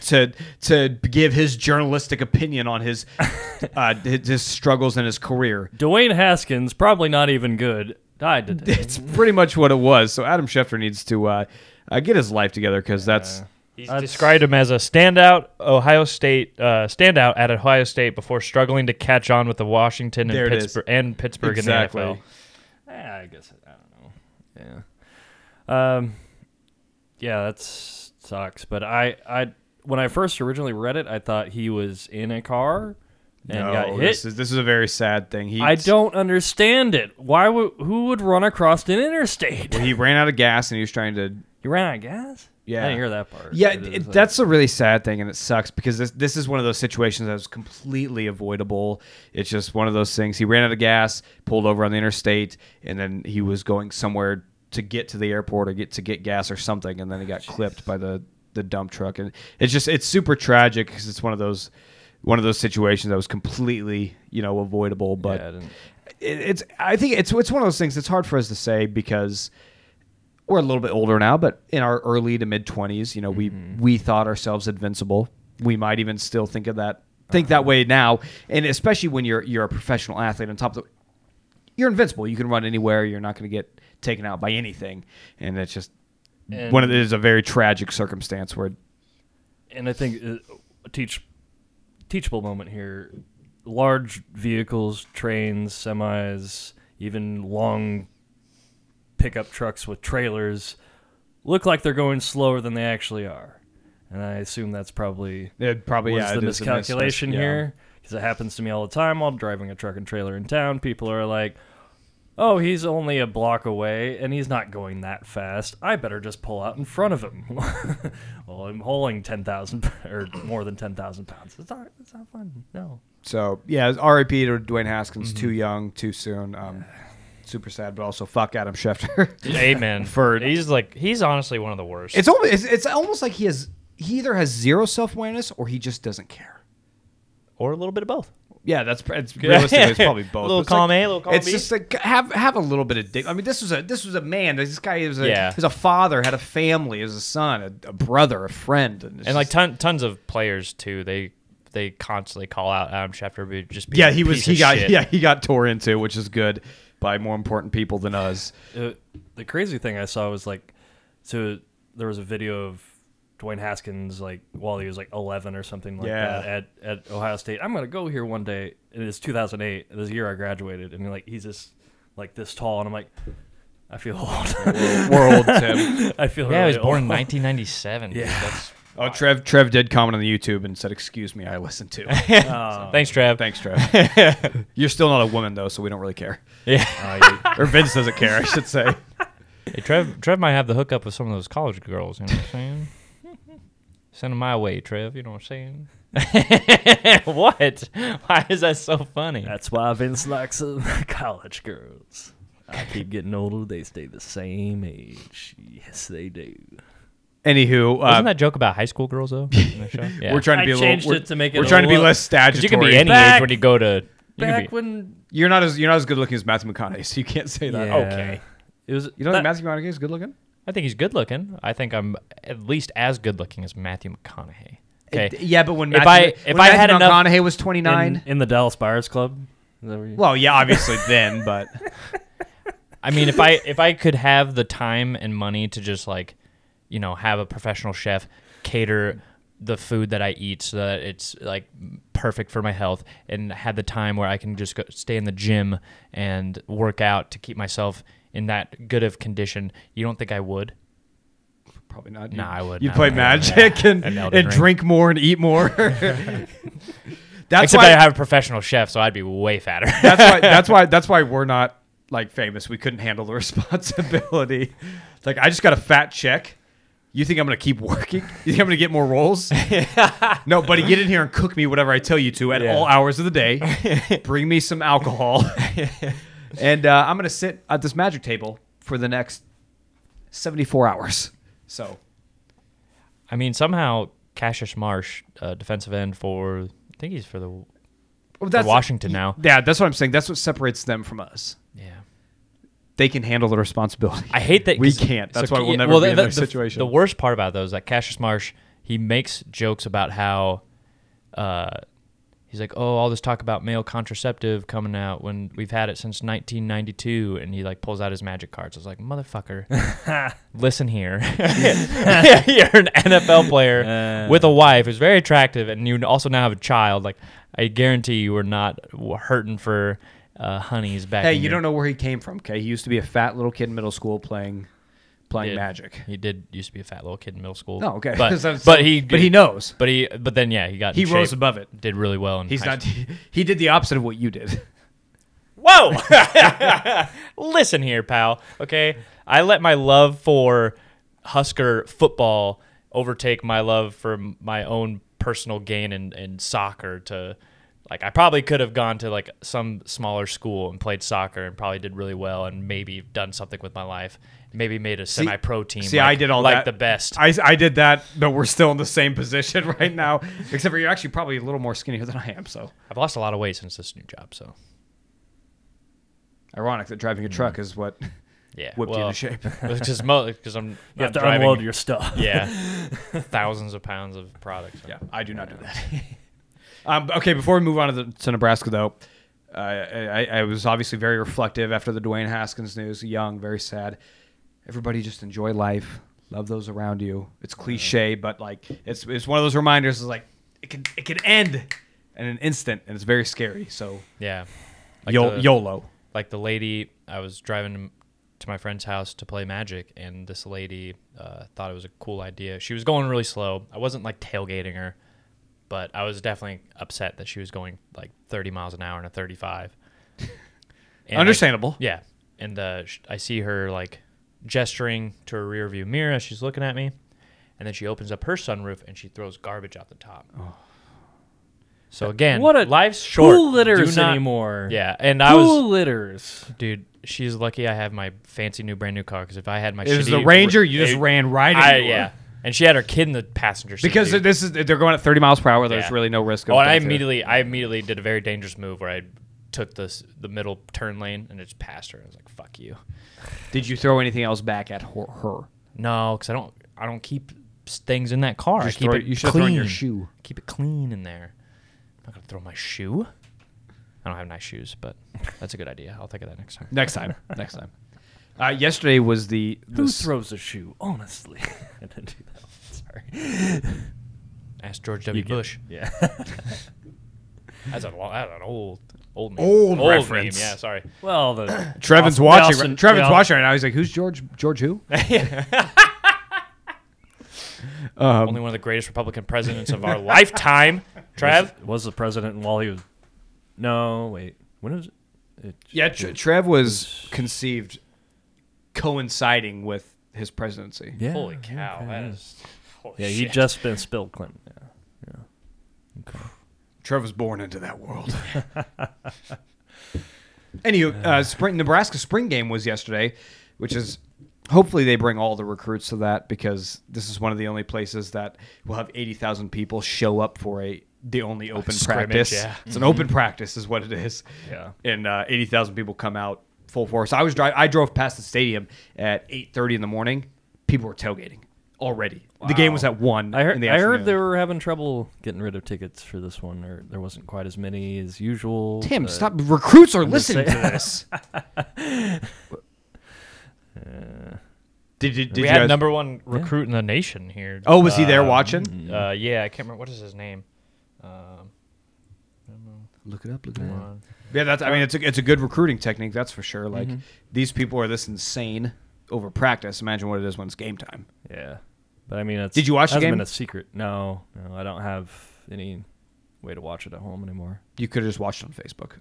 to to give his journalistic opinion on his uh, his his struggles in his career. Dwayne Haskins, probably not even good, died today. It's pretty much what it was. So Adam Schefter needs to uh, uh, get his life together because that's He's That's- described him as a standout Ohio State uh, standout at Ohio State before struggling to catch on with the Washington There and it is. Pittsburgh and Pittsburgh Exactly. in the NFL. Eh, I guess I don't know. Yeah. Um. Yeah, that sucks. But I, I, when I first originally read it, I thought he was in a car and no, got hit. oh, This is this is a very sad thing. He I don't understand it. Why would who would run across an interstate? He ran out of gas and he was trying to You ran out of gas? Yeah. I didn't hear that part. Yeah, It is, it- like- that's a really sad thing, and it sucks because this this is one of those situations that was completely avoidable. It's just one of those things. He ran out of gas, pulled over on the interstate, and then he was going somewhere to get to the airport or get to get gas or something, and then he got clipped by the the dump truck, and it's just it's super tragic because it's one of those one of those situations that was completely you know avoidable, but Yeah, I didn't- it, it's I think it's it's one of those things that's hard for us to say because we're a little bit older now, but in our early to mid twenties, you know, we we thought ourselves invincible. We might even still think of that think that way now, and especially when you're you're a professional athlete on top of the you're invincible. You can run anywhere. You're not going to get taken out by anything, and it's just And- one of it is a very tragic circumstance where and I think uh, a teach teachable moment here. Large vehicles, trains, semis, even long pickup trucks with trailers look like they're going slower than they actually are. And I assume that's probably it probably was yeah, the it is a mis- miscalculation yeah. here because it happens to me all the time while driving a truck and trailer in town. People are like, "Oh, he's only a block away, and he's not going that fast. I better just pull out in front of him." well, I'm hauling ten thousand or more than ten thousand pounds. It's not. It's not fun. No. So yeah, it's RIP to Dwayne Haskins. Too young, too soon. Um, super sad, but also fuck Adam Schefter. Amen. For he's like he's honestly one of the worst. it's almost it's, it's almost like he has he either has zero self awareness or he just doesn't care. or a little bit of both. Yeah, that's it's realistically it's probably both. A little It's like- column A, a little column It's B. just like have have a little bit of dick. I mean, this was a this was a man. This guy is a Yeah. is a father, had a family, is a son, a, a brother, a friend, and, it's and like just- ton, tons of players too. They they constantly call out Adam Schefter be- just being yeah, a he was piece he of got shit. yeah he got tore into, which is good by more important people than us. Uh, the crazy thing I saw was like, so there was a video of Dwayne Haskins like while he was like 11 or something like Yeah. that at, at Ohio State. I'm gonna go here one day. And it's 2008, this year I graduated, and like he's just like this tall, and I'm like, I feel old. World Tim. I feel Yeah, he really was born in old. 1997. dude. Yeah. That's- Oh, Trev Trev did comment on the YouTube and said, "Excuse me, I listened to." Oh. Thanks, Trev. Thanks, Trev. You're still not a woman though, so we don't really care. Yeah. Uh, Or Vince doesn't care, I should say. Hey, Trev, Trev might have the hookup with some of those college girls. You know what I'm saying? Send them my way, Trev. You know what I'm saying? what? Why is that so funny? That's why Vince likes uh, college girls. I keep getting older. They stay the same age. Yes, they do. Anywho, uh, Wasn't that joke about high school girls though? in the show? Yeah. we're trying to I be a changed little. we're- it to make it we're a trying to be little- less 'Cause statutory. you can be any age Back- when you go to. You can Back be, when You're not as you're not as good looking as Matthew McConaughey, so you can't say that. Okay. It was You don't that, think Matthew McConaughey is good looking? I think he's good looking. I think I'm at least as good looking as Matthew McConaughey. Okay. yeah, but when If Matthew, I- if when I Matthew had enough- McConaughey was 29. in, in the Dallas Buyers Club? Is that where you- well, yeah, obviously then, but I mean, if I if I could have the time and money to just like, you know, have a professional chef cater the food that I eat so that it's like perfect for my health, and had the time where I can just go stay in the gym and work out to keep myself in that good of condition, you don't think I would? probably not. Nah, I would You not. play Yeah, magic yeah. and, And and, Elden Ring. drink more and eat more. that's Except why. I have a professional chef, so I'd be way fatter. that's why. That's why. That's why we're not like famous. We couldn't handle the responsibility. It's like I just got a fat check. You think I'm gonna keep working? You think I'm gonna get more roles? no, buddy, get in here and cook me whatever I tell you to at Yeah. all hours of the day. Bring me some alcohol, and uh, I'm gonna sit at this magic table for the next 74 hours. So I mean, somehow Cassius Marsh, uh, defensive end for, I think he's for the well, Washington now. Yeah, that's what I'm saying. That's what separates them from us. yeah. They can handle the responsibility. I hate that we 'cause- can't. That's so- why we'll yeah, never well, be the, in their the- situation. The worst part about those, like Cassius Marsh, he makes jokes about how, uh, he's like, oh, all this talk about male contraceptive coming out when we've had it since 1992, and he like pulls out his magic cards. I was like, motherfucker, listen here, you're an NFL player Uh. with a wife who's very attractive, and you also now have a child. Like, I guarantee you were not hurting for. Uh, honeys back. Hey, in you your- don't know where he came from, okay? He used to be a fat little kid in middle school playing playing did. magic. He did used to be a fat little kid in middle school. No, Oh, okay. but, So- so- but he but he knows. But he but then yeah, he got He in rose shape, above it. Did really well. In He's high not he did the opposite of what you did. Whoa! Listen here, pal. Okay, I let my love for Husker football overtake my love for m- my own personal gain in, in soccer. To like, I probably could have gone to like some smaller school and played soccer and probably did really well and maybe done something with my life. Maybe made a semi-pro team. See, like- I did all that. like the best. I, I did that, but we're still in the same position right now. Except for you're actually probably a little more skinnier than I am. So I've lost a lot of weight since this new job. So ironic that driving a truck is what yeah, whipped you into shape. Because mo- because I'm you have to driving, unload your stuff. yeah thousands of pounds of products. Yeah, I do not do that. um, okay, before we move on to, the, to Nebraska, though, uh, I, I- I was obviously very reflective after the Dwayne Haskins news. Young, very sad. Everybody just enjoy life, love those around you. It's cliche, but like it's it's one of those reminders. Is like it can it can end in an instant, and it's very scary. So yeah. Yo- the- YOLO. like the lady I was driving to my friend's house to play Magic, and this lady uh, thought it was a cool idea. She was going really slow. I wasn't like tailgating her, but I was definitely upset that she was going like 30 miles an hour in a 35. And I- Understandable. yeah, and uh, sh- I see her like gesturing to her rear view mirror as she's looking at me, and then she opens up her sunroof and she throws garbage out the top. So again, What a life's short. Who litters Do not- anymore? Yeah, and I Who was litters? Dude, she's lucky I have my fancy new brand new car because if I had my It was shitty the Ranger, you just it- ran right I, into her. yeah, and she had her kid in the passenger seat Because dude. this is they're going at 30 miles per hour. There's Yeah. really no risk. Of Oh, and I going through. immediately, I immediately did a very dangerous move where I took this the middle turn lane and it just passed her. I was like, "Fuck you." Did you throw anything else back at her? her? No, because I don't, I don't keep s- things in that car. I Just keep throw it it- you should've clean. thrown your shoe. Keep it clean in there. I'm not gonna throw my shoe. I don't have nice shoes, but that's a good idea. I'll think of that next time. Next time. Next time. Uh, yesterday was the, the Who s- throws a shoe? Honestly, I didn't do that. Sorry. Ask George W. Bush. Yeah. That's a lo- that's an old, old meme. Old meme, reference. Yeah, sorry. well, the Trevin's Austin- watching. Austin- right, Trevin's yeah. watching right now. He's like, "Who's George? George who?" Um, Only one of the greatest Republican presidents of our lifetime, Trev. was the president while he was. No, wait. When was it? it Yeah, Tre- Trev was conceived coinciding with his presidency. yeah. Holy cow, okay, that yeah. is. Holy Yeah, shit. he just been spilled Clinton. Yeah. Trev was born into that world. Anywho, uh, spring Nebraska spring game was yesterday, which is hopefully they bring all the recruits to that because this is one of the only places that will have eighty thousand people show up for a the only open scrimmage, practice. yeah. It's an open practice, is what it is. Yeah. and uh, eighty thousand people come out full force. I was drive. I drove past the stadium at eight thirty in the morning. People were tailgating already. The game was at one. I In heard. the I heard afternoon. they were having trouble getting rid of tickets for this one, or there wasn't quite as many as usual. Tim, but- stop. Recruits are just listening to saying. this. did you, did we you had guys- number one recruit in the nation here. Oh, was he there Um, watching? Uh, yeah, I can't remember what is his name. Um, Look it up. Look it up. Yeah, that's. I mean, it's a it's a good recruiting technique, that's for sure. Like these people are this insane over practice. Imagine what it is when it's game time. Yeah, but I mean, it's, Did you watch the hasn't game? Been a secret. No, no, I don't have any way to watch it at home anymore. You could have just watched it on Facebook.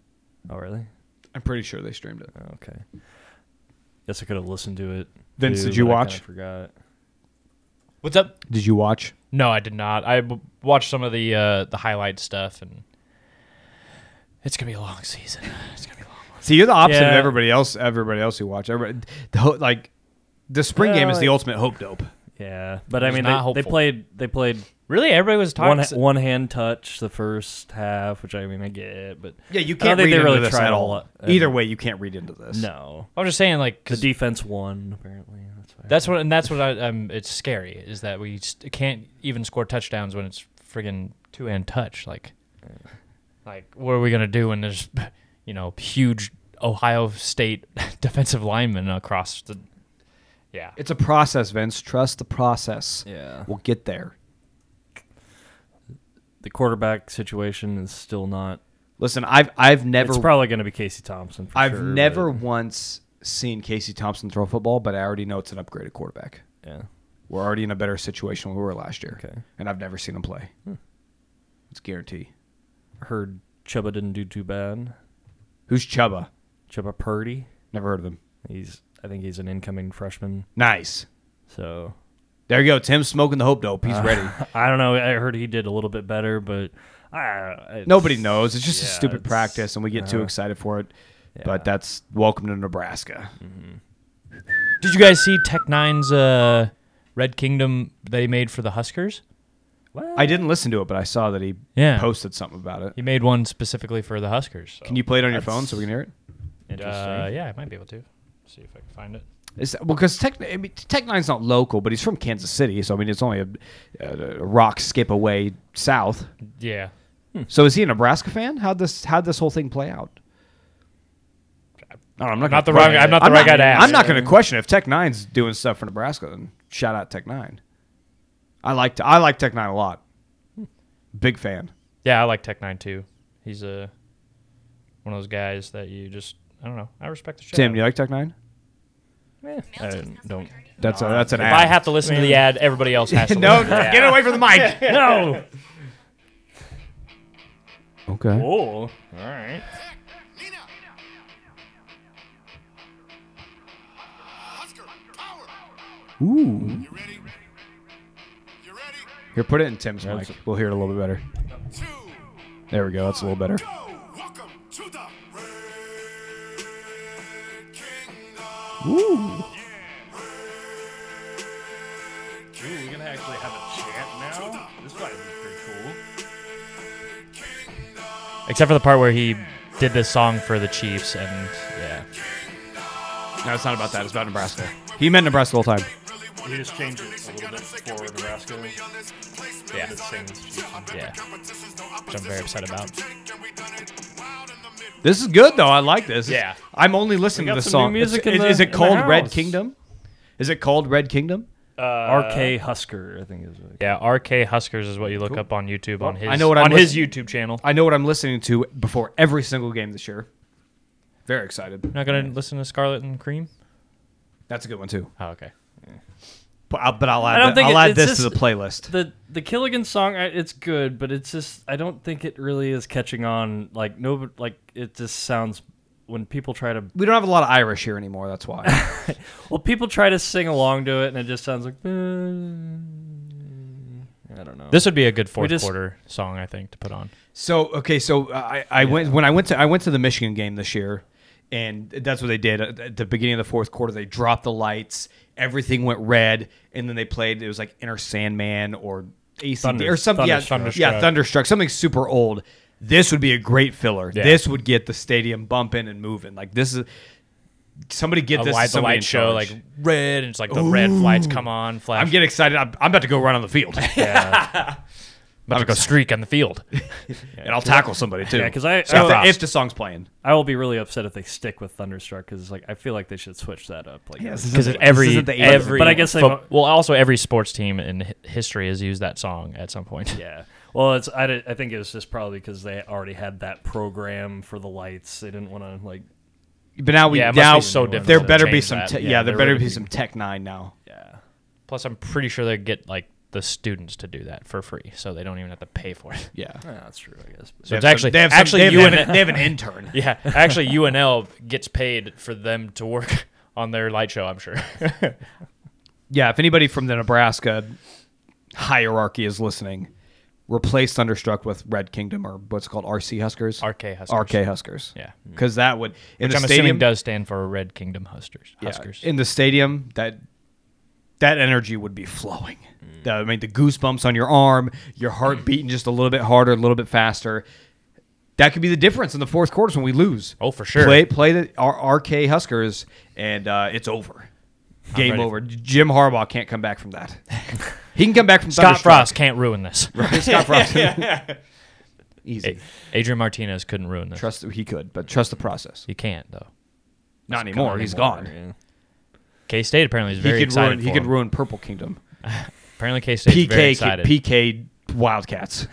Oh, really? I'm pretty sure they streamed it. Oh, okay. Guess I could have listened to it. Vince, too, did you but I watch? kinda forgot. what's up? Did you watch? No, I did not. I b- watched some of the uh, the highlight stuff, and it's gonna be a long season. It's gonna be a long. one. See, you're the opposite of Yeah. everybody else. Everybody else who watch. Everybody, the ho- like the spring game is Well, the it- ultimate hope dope. Yeah, but I was mean, not they, they hopeful. played. They played Really, everybody was one talking. s- one hand touch the first half, which I mean, I get, but Yeah, you I don't can't think read they into really this tried at a all. lot. I Either mean, way, you can't read into this. No, I was just saying, like, the 'cause defense won apparently. That's why. that's what, and that's what I, um, it's scary is that we st- can't even score touchdowns when it's friggin' two hand touch. Like, like what are we gonna do when there's, you know, huge Ohio State defensive linemen across the, yeah. It's a process, Vince. Trust the process. yeah. We'll get there. The quarterback situation is still not. Listen, I've I've never it's probably going to be Casey Thompson. For I've sure, never but- once seen Casey Thompson throw a football, but I already know it's an upgraded quarterback. yeah. We're already in a better situation than we were last year. Okay. Hmm. And I've never seen him play. It's guarantee. Heard Chuba didn't do too bad. Who's Chuba? Chuba Purdy. Never heard of him. He's. I think he's an incoming freshman. Nice. So There you go. Tim's smoking the hope dope. He's ready. I don't know. I heard he did a little bit better, but I, it's- Nobody knows. It's just a yeah, stupid it's- practice, and we get too uh, excited for it. yeah. Mm. But that's welcome to Nebraska. Did you guys see Tech Nine's uh, Red Kingdom they made for the Huskers? What? I didn't listen to it, but I saw that he Yeah. posted something about it. He made one specifically for the Huskers. Can you play it on your phone so we can hear it? Uh, yeah, I might be able to. See if I can find it. Is that, well, because Tech, I mean, Tech Nine's not local, but he's from Kansas City, so I mean, it's only a, a rock skip away south. Yeah, So is he a Nebraska fan? How this how this whole thing play out? No, I'm not, not the gonna wrong- question I'm not it. the right guy to ask. I'm not going to question if Tech Nine's doing stuff for Nebraska. Then shout out Tech Nine. I like I like Tech Nine a lot. Big fan. yeah, I like Tech Nine too. He's uh, one of those guys that you just I don't know. I respect the shit. Tim, out do you like Tech Nine? Eh, I don't. That's a, that's an of ad. him. If I have to listen to the ad, everybody else has to. no, listen to the ad. get away from the mic. No. okay. Oh, all right. Husker, power. Ooh. You ready? You ready? Here, put it in Tim's mic. We'll hear it a little bit better. Two. There we go. That's a little better. Go. Welcome to the Red Kingdom. Ooh. Red Kingdom. actually have a chant now. This probably would be pretty cool. Except for the part where he did this song for the Chiefs, and yeah, No, it's not about that. It's about Nebraska. He meant Nebraska the whole time. You just change it a little bit for Nebraska. Yeah. It sings Chiefs and- yeah, which I'm very upset about. This is good though. I like this. Yeah. I'm only listening We to got this some new song. music It's- in is, the- is in it the called Red house. Kingdom? Is it called Red Kingdom? RK Uh, Husker, I think is what Yeah, RK Huskers is what you look up on YouTube on his I know what I'm on his listening- YouTube channel. I know what I'm listening to before every single game this year. Very excited. You're not gonna listen to Scarlet and Cream? That's a good one too. Oh, okay. But I'll, but I'll add, I don't that- think I'll it- add it's this to just- the playlist. the the Killigan song. I- It's good, but it's just I don't think it really is catching on. Like no, like it just sounds when people try to we don't have a lot of Irish here anymore. That's why. well, people try to sing along to it, and it just sounds like. "Uh," I don't know. This would be a good fourth just- quarter song, I think, to put on. so okay, so uh, I, I went when I went to I went to the Michigan game this year, and that's what they did at at the beginning of the fourth quarter. They dropped the lights, everything went red, and then they played. It was like Inner Sandman or AC Thunder- or something. Yeah, Thunderstruck. yeah, Thunderstruck, something super old. This would be a great filler. Yeah. This would get the stadium bumping and moving. Like this is somebody get A this. to wide the somebody in light show, charge. like red, and it's like the red lights come on, flash. I'm getting excited. I'm, I'm about to go run on the field, about to go streak on the field. and I'll tackle somebody too. Yeah, 'cause I- So if, I- uh, the, if the song's playing. I will be really upset if they stick with Thunderstruck because like I feel like they should switch that up. Like because every every But I guess they fo- don't- well also every sports team in hi- history has used that song at some point. yeah. Well, it's I, di- I think it was just probably because they already had that program for the lights. They didn't want to like But now we Yeah, it must now be so difficult there to better be change some that. te- yeah, Yeah, there, there better would be be. some Tech Nine now. yeah. Plus, I'm pretty sure they get like the students to do that for free, so they don't even have to pay for it. Yeah, Yeah, that's true, I guess. So it's actually actually they have, UN they have an intern. yeah actually UNL gets paid for them to work on their light show. I'm sure. Yeah, if anybody from the Nebraska hierarchy is listening, replace Thunderstruck with Red Kingdom or what's it called RC Huskers, RK Huskers. RK Huskers. Yeah. because that would in Which the I'm stadium assuming does stand for Red Kingdom Huskers. yeah, Huskers. in the stadium that that energy would be flowing. Mm. That- I mean, the goosebumps on your arm, your heart beating just a little bit harder, a little bit faster. That could be the difference in the fourth quarters when we lose. Oh, for sure. Play play the R- RK Huskers, and uh, it's over. Game ready. over. Jim Harbaugh can't come back from that. he can come back from Scott Thunderstruck. Frost can't ruin this. Scott Frost. Easy. A- Adrian Martinez couldn't ruin this. Trust he could, but trust the process. You can't though. Not anymore. He's anymore. gone. K State apparently is He very could excited. ruin. He for could him. ruin Purple Kingdom. Apparently, K State's very PK excited. PK Wildcats.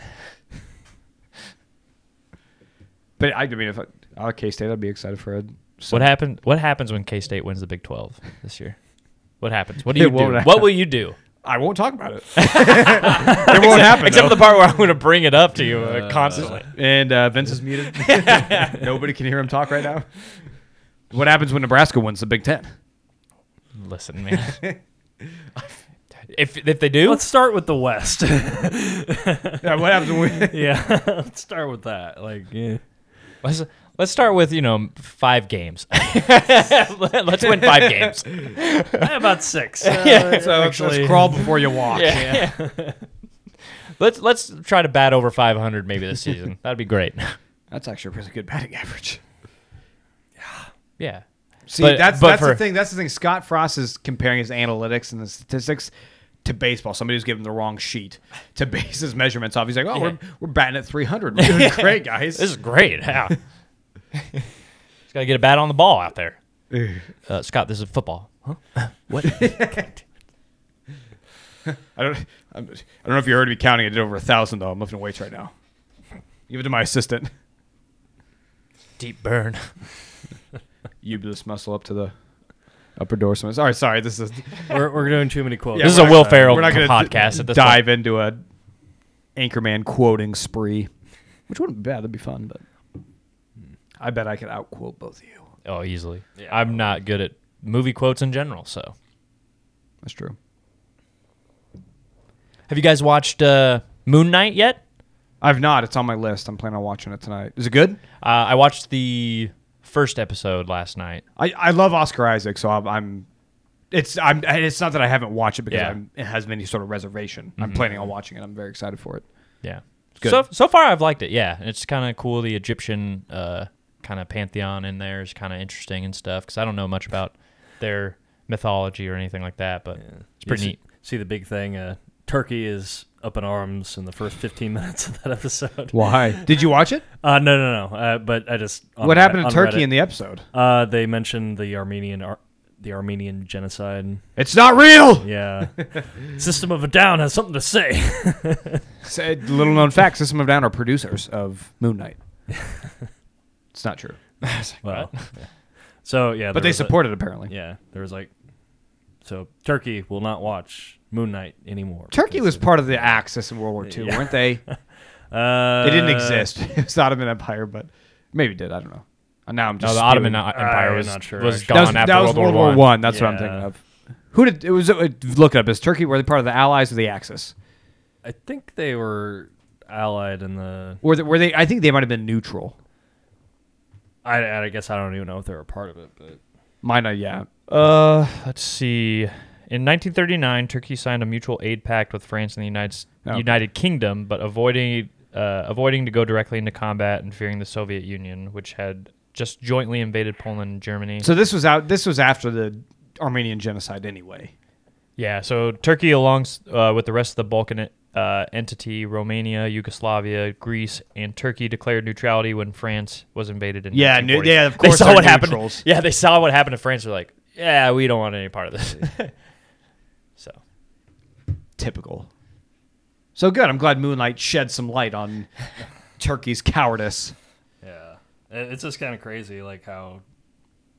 but I, I mean, if I, I K State, I'd be excited for it. So What happened? What happens when K State wins the Big Twelve this year? What happens? What do It you do? won't happen. What will you do? I won't talk about it. it won't happen. Except though. for the part where I'm going to bring it up to you uh, constantly. and uh, Vince is muted. Nobody can hear him talk right now. What happens when Nebraska wins the Big Ten? Listen, man. if if they do, Let's start with the West. Yeah, what happens when we? yeah, let's start with that. Like, yeah. let's let's start with you know five games. let's win five games. about six. Uh, so let's- let's crawl before you walk. Let's let's try to bat over 500 maybe this season. That'd be great. That's actually a really good batting average. yeah. See, But- that's but that's the for- thing. That's the thing. Scott Frost is comparing his analytics and the statistics to baseball. Somebody who's given the wrong sheet to base his measurements off. He's like, "Oh, we're, we're batting at 300. We're doing great, guys." This is great. Yeah. Just got to get a bat on the ball out there. Uh, Scott, this is football. Huh? What? I don't. I'm, I don't know if you heard me counting. I did over a thousand though. I'm lifting weights right now. Give it to my assistant. Deep burn. You just muscle up to the upper dorsum. All right, sorry. This is We're, we're doing too many quotes. Yeah, this is we're a not Will gonna- Ferrell we're not gonna d- podcast at this dive point. into a anchorman quoting spree, which wouldn't be bad. That'd be fun, but I bet I could outquote both of you. Oh, easily. I'm not good at movie quotes in general. So, That's true. have you guys watched uh, Moon Knight yet? I've not. It's on my list. I'm planning on watching it tonight. Is it good? Uh, I watched the first episode last night. I, I love Oscar Isaac, so I'm, I'm It's I'm. and It's not that I haven't watched it because Yeah. Mm-hmm. I'm, it has any sort of reservation. I'm planning on watching it. I'm very excited for it. Yeah. good. So so far I've liked it. Yeah, And it's kind of cool. The Egyptian uh, kind of pantheon in there is kind of interesting and stuff because I don't know much about their mythology or anything like that, but it's pretty You neat. See, see the big thing. Uh, Turkey is up in arms in the first 15 minutes of that episode. Why? Did you watch it? Uh, no, no, no. Uh, but I just on what Re- happened in on Turkey Reddit, in the episode? uh, they mentioned the Armenian Ar- the Armenian genocide. It's not real. Yeah, System of a Down has something to say. Said little known fact: System of a Down are producers of Moon Knight. it's not true, well, yeah. so yeah, but there they was a- support it apparently. yeah, there was like, so Turkey will not watch Moon Knight anymore. Turkey because was part of the Axis in World War II, Yeah. weren't they? of- uh, They didn't exist. It was the Ottoman Empire, but maybe it did. I don't know. And Now I'm No, just Oh, the Ottoman uh, spewing. Empire I'm was, not sure, was actually. gone That was, after that was World War One. That's what I'm Yeah. thinking of. Who did it was? It, look it up. Is Turkey were they part of the Allies or the Axis? I think they were allied in the. Were they, were they? I think they might have been neutral. I, I guess I don't even know if they were a part of it, but Mine, uh, yeah. Uh, let's see. In 1939, Turkey signed a mutual aid pact with France and the United S- Oh. United Kingdom, but avoiding uh, avoiding to go directly into combat and fearing the Soviet Union, which had just jointly invaded Poland and Germany. So this was out. This was after the Armenian genocide, anyway. yeah, so Turkey, along s- uh, with the rest of the Balkan uh, entity, Romania, Yugoslavia, Greece, and Turkey declared neutrality when France was invaded in. Yeah, nu- 1940. yeah, of they course saw they're what happened. neutrals. Yeah, they saw what happened to France. They're like, yeah, we don't want any part of this. so. Typical. So good. I'm glad Moonlight shed some light on Turkey's cowardice. yeah, It- it's just kind of crazy, like how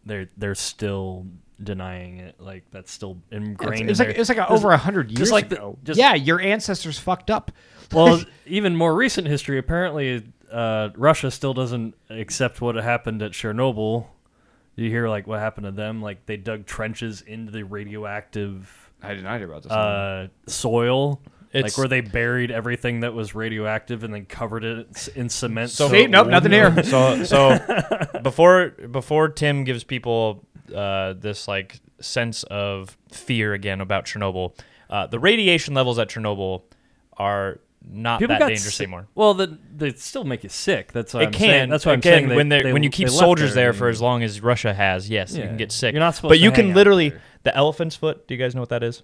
they're they're still denying it. Like that's still ingrained. It's, it's in like their- it's like a, Just- over a hundred years just like the- ago. just- yeah, your ancestors fucked up. Well, even more recent history, apparently, uh, Russia still doesn't accept what happened at Chernobyl. You hear like what happened to them? Like they dug trenches into the radioactive I did not hear about this. uh, soil, It's- like where they buried everything that was radioactive and then covered it in cement. So- it See, nope, wouldn't- nothing here. so so before before Tim gives people uh, this like sense of fear again about Chernobyl, uh, the radiation levels at Chernobyl are not People that got dangerous sick- anymore. Well, the, they still make you sick. That's what It I'm can. saying. That's what it I'm can, saying. They- when they're- they- when you keep they left soldiers there for and- as long as Russia has, yes, you Yeah. can get sick. You're not supposed but to you hang can out literally there. the elephant's foot. Do you guys know what that is?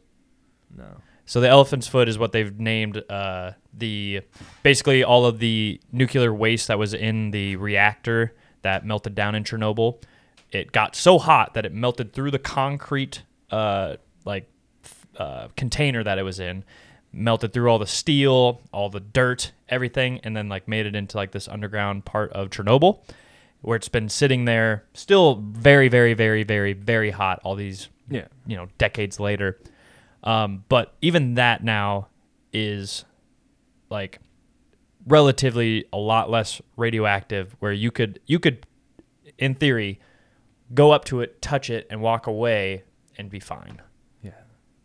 No. So the elephant's foot is what they've named uh, the basically all of the nuclear waste that was in the reactor that melted down in Chernobyl. It got so hot that it melted through the concrete uh, like uh, container that it was in, melted through all the steel, all the dirt, everything, and then like made it into like this underground part of Chernobyl, where it's been sitting there still very, very, very, very, very hot. All these Yeah. you know decades later um, but even that now is like relatively a lot less radioactive where you could you could in theory go up to it touch it and walk away and be fine Yeah.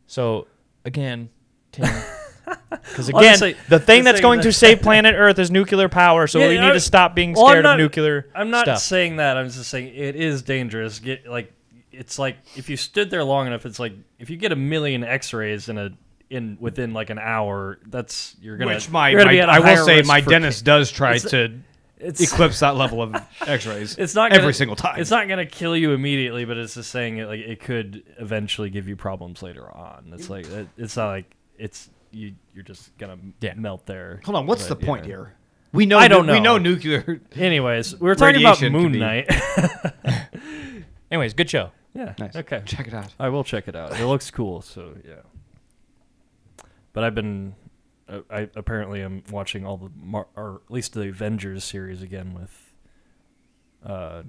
so again because again Honestly, the thing the that's thing going that- to save planet earth is nuclear power so Yeah, we yeah, need I- to stop being Well, I'm scared not- of nuclear I'm not stuff. saying that. I'm just saying it is dangerous. Get like it's like if you stood there long enough, it's like if you get a million X-rays in a in within like an hour, that's you're gonna. Which my, you're gonna my be at a I higher will say risk my for dentist does try to It's eclipse that level of X-rays. it's not every gonna- single time. It's not gonna kill you immediately, but it's just saying it, like it could eventually give you problems later on. It's like it, it's not like it's you. You're just gonna Yeah. melt there. Hold on, what's But, the yeah. point here? We know I don't We know know. nuclear. Anyways, we were talking about Radiation could Moon be- Knight. anyways good show yeah. Nice. Okay. Uh, Check it out. I will check it out. It looks cool, so yeah. But I've been, uh, I apparently am watching all the Mar- or at least the Avengers series again with, uh,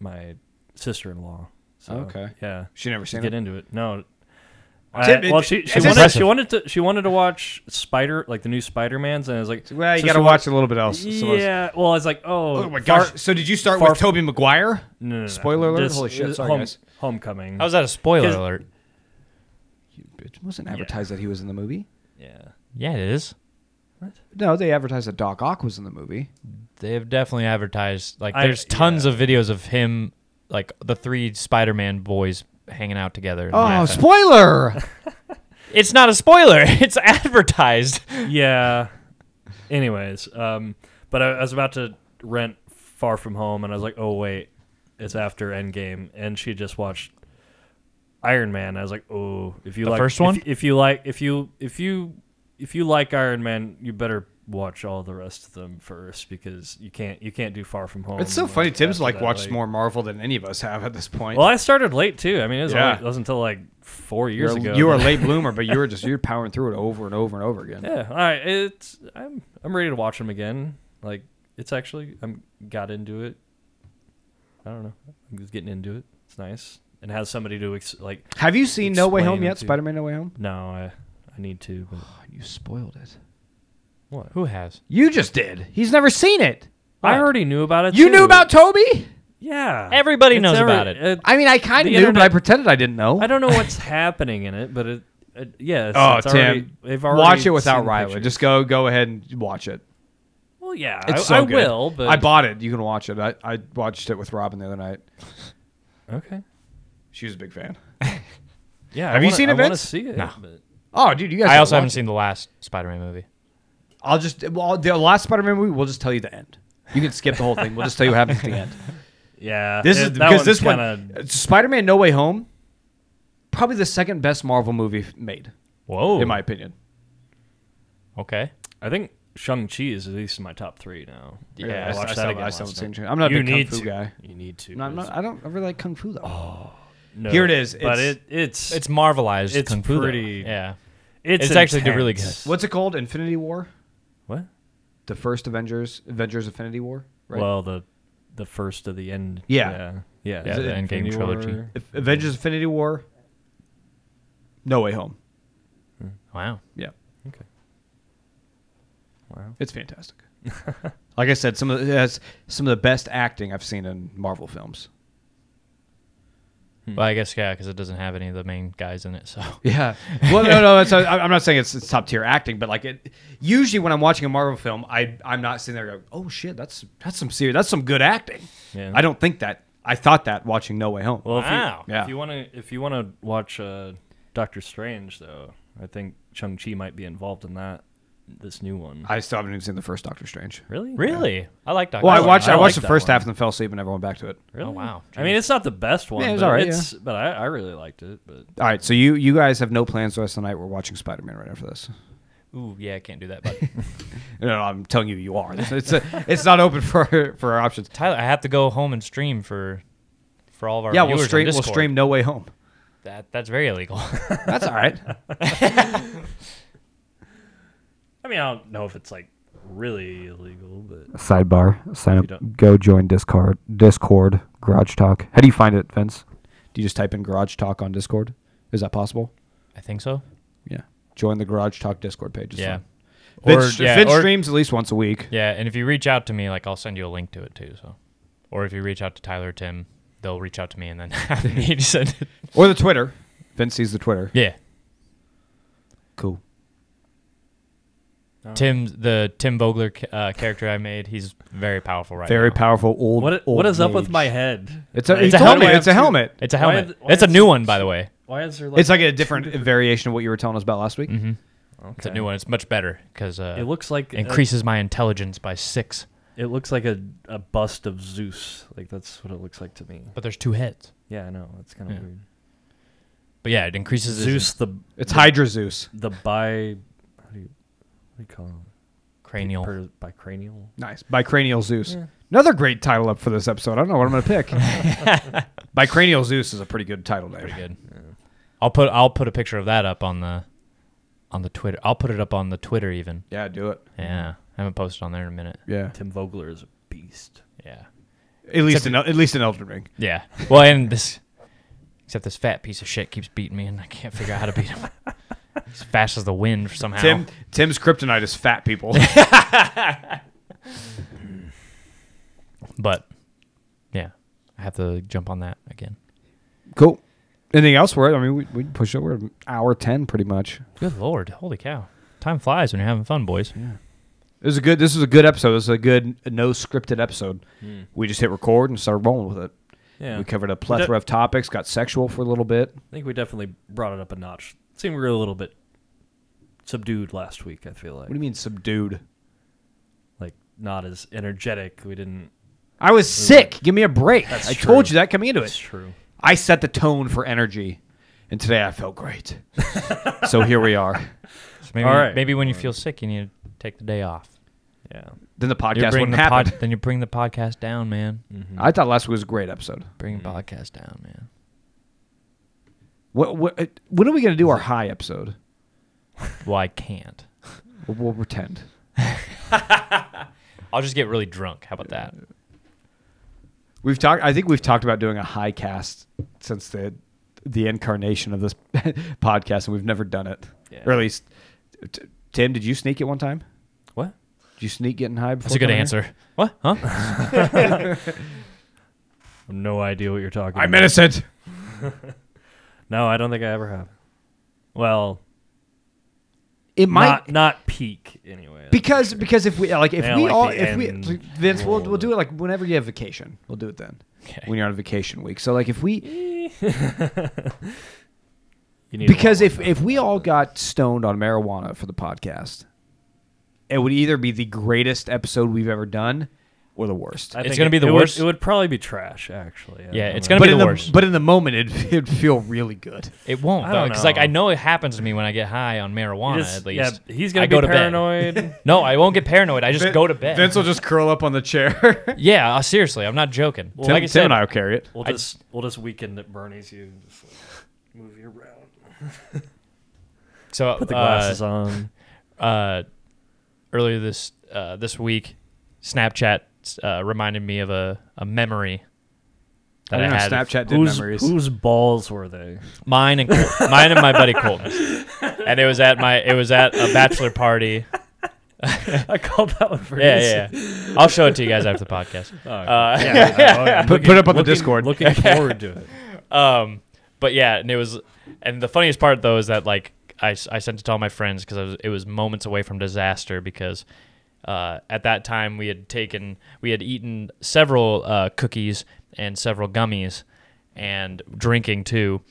my sister-in-law. So, Okay. Yeah. She never seen Get it. into it. No. Tim, I, it- well, she it's she wanted, impressive. she wanted to she wanted to watch Spider like the new Spider Man's and I was like, Well, you so got to she watch a little bit else. wa- So it's- Yeah. Well, I was like, oh, Oh my far- gosh! so did you start far with from- Toby Maguire? no, no, no, no. Spoiler alert? This Holy shit, is sorry, guys. Homecoming. how was that a spoiler 'Cause- alert It wasn't advertised that he was in the movie. yeah. yeah it is No, they advertised that Doc Ock was in the movie. They've definitely advertised like I- there's tons of videos of him like the three Spider-Man boys hanging out together. and Oh, laughing. spoiler! it's not a spoiler. It's advertised. yeah. Anyways, um, but I, I was about to rent Far From Home, and I was like, oh wait, it's after Endgame, and she just watched Iron Man. I was like, oh, if you The like first if- one? if, you like, if you if you if you like Iron Man, you better watch all the rest of them first because you can't you can't do Far From Home. It's so funny. Tim's after like that, watched more Marvel than any of us have at this point. Well, I started late too. I mean, it was Yeah. only, it wasn't until like four years You're- ago. you that- are a late bloomer, but you were just you're powering through it over and over and over again. Yeah, all right. It's I'm I'm ready to watch them again. Like it's actually I'm got into it. I don't know. I'm just getting into it. It's nice and has somebody to ex- like. Have you seen No Way Explain Home it yet? to- Spider-Man No Way Home? No, I I need to. But You spoiled it. what? Who has? You just did. He's never seen it. I already knew about it. You knew too. about Toby? Yeah. Everybody knows every- about it. I mean, I kind The of knew, but I internet- pretended I didn't know. I don't know what's happening in it, but it. it yeah. It's, Oh, it's Tim, already, they've already watch it seen without the Riley. pictures. Just go, go ahead and watch it. well, yeah. It's I, so I good. will, but I bought it. You can watch it. I, I watched it with Robin the other night. okay. She was a big fan. Yeah. I Have you wanna- seen it, I want to Vince? see it. No. but- Oh, dude, you guys. I gotta also haven't watch it. seen the last Spider-Man movie. I'll just well, the last Spider-Man movie. We'll just tell you the end. You can skip the whole thing. We'll just tell you what happens at the end. Yeah. This it- is that because one's this kinda- one, Spider-Man: No Way Home, probably the second best Marvel movie f- made, Whoa. in my opinion. Okay. I think Shang Chi is at least in my top three now. Yeah, I, I watched watched that. again I last still haven't seen night. it. I'm not a you big need kung fu to. guy. You need to. No, I'm not, I don't I really like kung fu though. No, Here it is. but It's- it it's It's Marvelized. It's Kung Fu, though. pretty- Yeah. it's, It's actually intense. really good. What's it called? Infinity War, What? the first Avengers, Avengers Infinity War, right? Well, the the first of the end. Yeah. yeah, Yeah, Is the it Endgame Infinity trilogy. War? If- Avengers Infinity War, No Way Home. Wow. Yeah, Okay. Wow. it's fantastic. like I said, some of the, it has some of the best acting I've seen in Marvel films. Well, I guess yeah, because it doesn't have any of the main guys in it. So Yeah. Well, no, no. It's, I- I'm not saying it's, it's top tier acting, but like it. Usually, when I'm watching a Marvel film, I I'm not sitting there going, "Oh shit, that's that's some serious, that's some good acting." Yeah. I don't think that. I thought that watching No Way Home. Well, if Wow. you Yeah. if you want to if you want to watch uh, Doctor Strange though, I think Shang Chi might be involved in that this new one. I still haven't even seen the first Doctor Strange. really? really, I like Doctor. Well, I Strange. watched I, I watched like the that first one. half and then fell asleep and never went back to it. Really? Oh, wow. I mean, it's not the best one. Yeah, it was but all right, It's, But I, I really liked it. But All right, so you you guys have no plans the rest of the night. We're watching Spider Man right after this. Ooh, yeah, I can't do that. But No, no, I'm telling you, you are. It's it's, it's not open for for our options. Tyler, I have to go home and stream for for all of our Yeah, viewers we'll on stream we'll Discord. stream No Way Home. That that's very illegal. That's all right. I mean, I don't know if it's like really illegal, but sidebar sign you up don't- go join discord discord garage talk how do you find it vince Do you just type in Garage Talk on Discord? Is that possible? I think so. Yeah. Join the Garage Talk Discord page. It's Yeah. fun. Vince, yeah, Vince or- streams at least once a week. Yeah, and if you reach out to me, like I'll send you a link to it too. So, or if you reach out to Tyler, or Tim, they'll reach out to me and then have me to send it. Or the Twitter. Vince sees the Twitter. Yeah, Cool. Oh. Tim, the Tim Vogler ca- uh, character I made, he's very powerful right Very now. powerful old. What old what is up with mage. my head? It's a, Like, he It's a told helmet. me it's a helmet. It's a Why helmet. are th- why it's a is new it- one, by the way. Why is there like It's like a different variation of what you were telling us about last week. Mm-hmm. It's a new one. It's much better because uh, it looks like increases my intelligence by six. it looks like a, a bust of Zeus. Like that's what it looks like to me. But there's two heads. Yeah, I know. It's kind of weird. But yeah, it increases his Zeus the It's Hydra Zeus. the bi how do you what do you call him? cranial. Per, bicranial. Nice. By Cranial Zeus. Another great title up for this episode. I don't know what I'm going to pick. By Cranial Zeus is a pretty good title name. Pretty good. I'll put I'll put a picture of that up on the on the Twitter. I'll put it up on the Twitter even. Yeah, do it. Yeah, I haven't posted on there in a minute. Yeah. Tim Vogler is a beast. Yeah, At least in, at least in Elden Ring. yeah. Well, and this except this fat piece of shit keeps beating me, and I can't figure out how to beat him. He's fast as the wind somehow. Tim Tim's kryptonite is fat people. but yeah, I have to jump on that again. Cool. Anything else for it? I mean, we, we push it. We're an hour 10 pretty much. Good lord, holy cow! Time flies when you're having fun, boys. It was a good, this was a good episode. This is a good, no scripted episode. We just hit record and started rolling with it. Yeah. We covered a plethora of topics. Got sexual for a little bit. I think we definitely brought it up a notch. Seemed we were a little bit subdued last week. I feel like, What do you mean subdued? like not as energetic. We didn't. I was sick. Give me a break. I true. told you that coming into It's it. true. I set the tone for energy, and today I felt great. so here we are. So maybe, All right. maybe when you feel sick, you need to take the day off. Yeah. Then the You podcast bring wouldn't the pod- Mm-hmm. happen. then you bring the podcast down, man. Mm-hmm. I thought last week was a great episode. Bring the podcast down, man. What, what, uh, when are we going to do our high episode? Well, I can't. We'll, we'll pretend. I'll just get really drunk. How about that? Uh, We've talked. I think we've talked about doing a high cast since the the incarnation of this podcast, and we've never done it. Yeah. Or at least, t- Tim, did you sneak it one time? What? Did you sneak getting high? Before That's a good coming here? answer. What? Huh? No idea what you're talking. I'm about. innocent. No, I don't think I ever have. Well, It might not not peak anyway. that's because for sure. because if we like if Yeah, we like all the if we end like, Vince we'll, roll we'll of- do it like whenever you have vacation we'll do it then when you're on vacation week so like if we you need a lot because more if if we all got stoned on marijuana for the podcast it would either be the greatest episode we've ever done or the worst I It's think gonna it- be the it worst. Would, it would probably be trash, actually. I Yeah, don't it's know. gonna be in the the worst. but in the moment it'd, it'd feel really good It won't I though, don't because like I know. know it happens to me when I get high on marijuana. Just- at least. Yeah, he's I gonna be go to bed. paranoid. No, I won't get paranoid. I just go to bed. Vince will just curl up on the chair yeah, uh, seriously, I'm not joking. Tim, like I Tim said, and I will carry it we'll I- just we'll just weekend at Bernie's. You and just like, move you around. so Put the uh, glasses on. uh, earlier this uh, this week, Snapchat uh, reminded me of a, a memory I that I, don't know had. of Snapchat did Whose memories whose balls were they? Mine and Col- mine and my buddy Colton, and it was at my it was at a bachelor party. I called that one for Yeah, yeah. yeah. I'll show it to you guys after the podcast. Uh, put, put up on the discord Looking forward to it. um, but yeah, and it was, and the funniest part though is that like I, s- I sent it to all my friends because it was moments away from disaster because uh, at that time we had taken we had eaten several uh, cookies and several gummies and drinking too,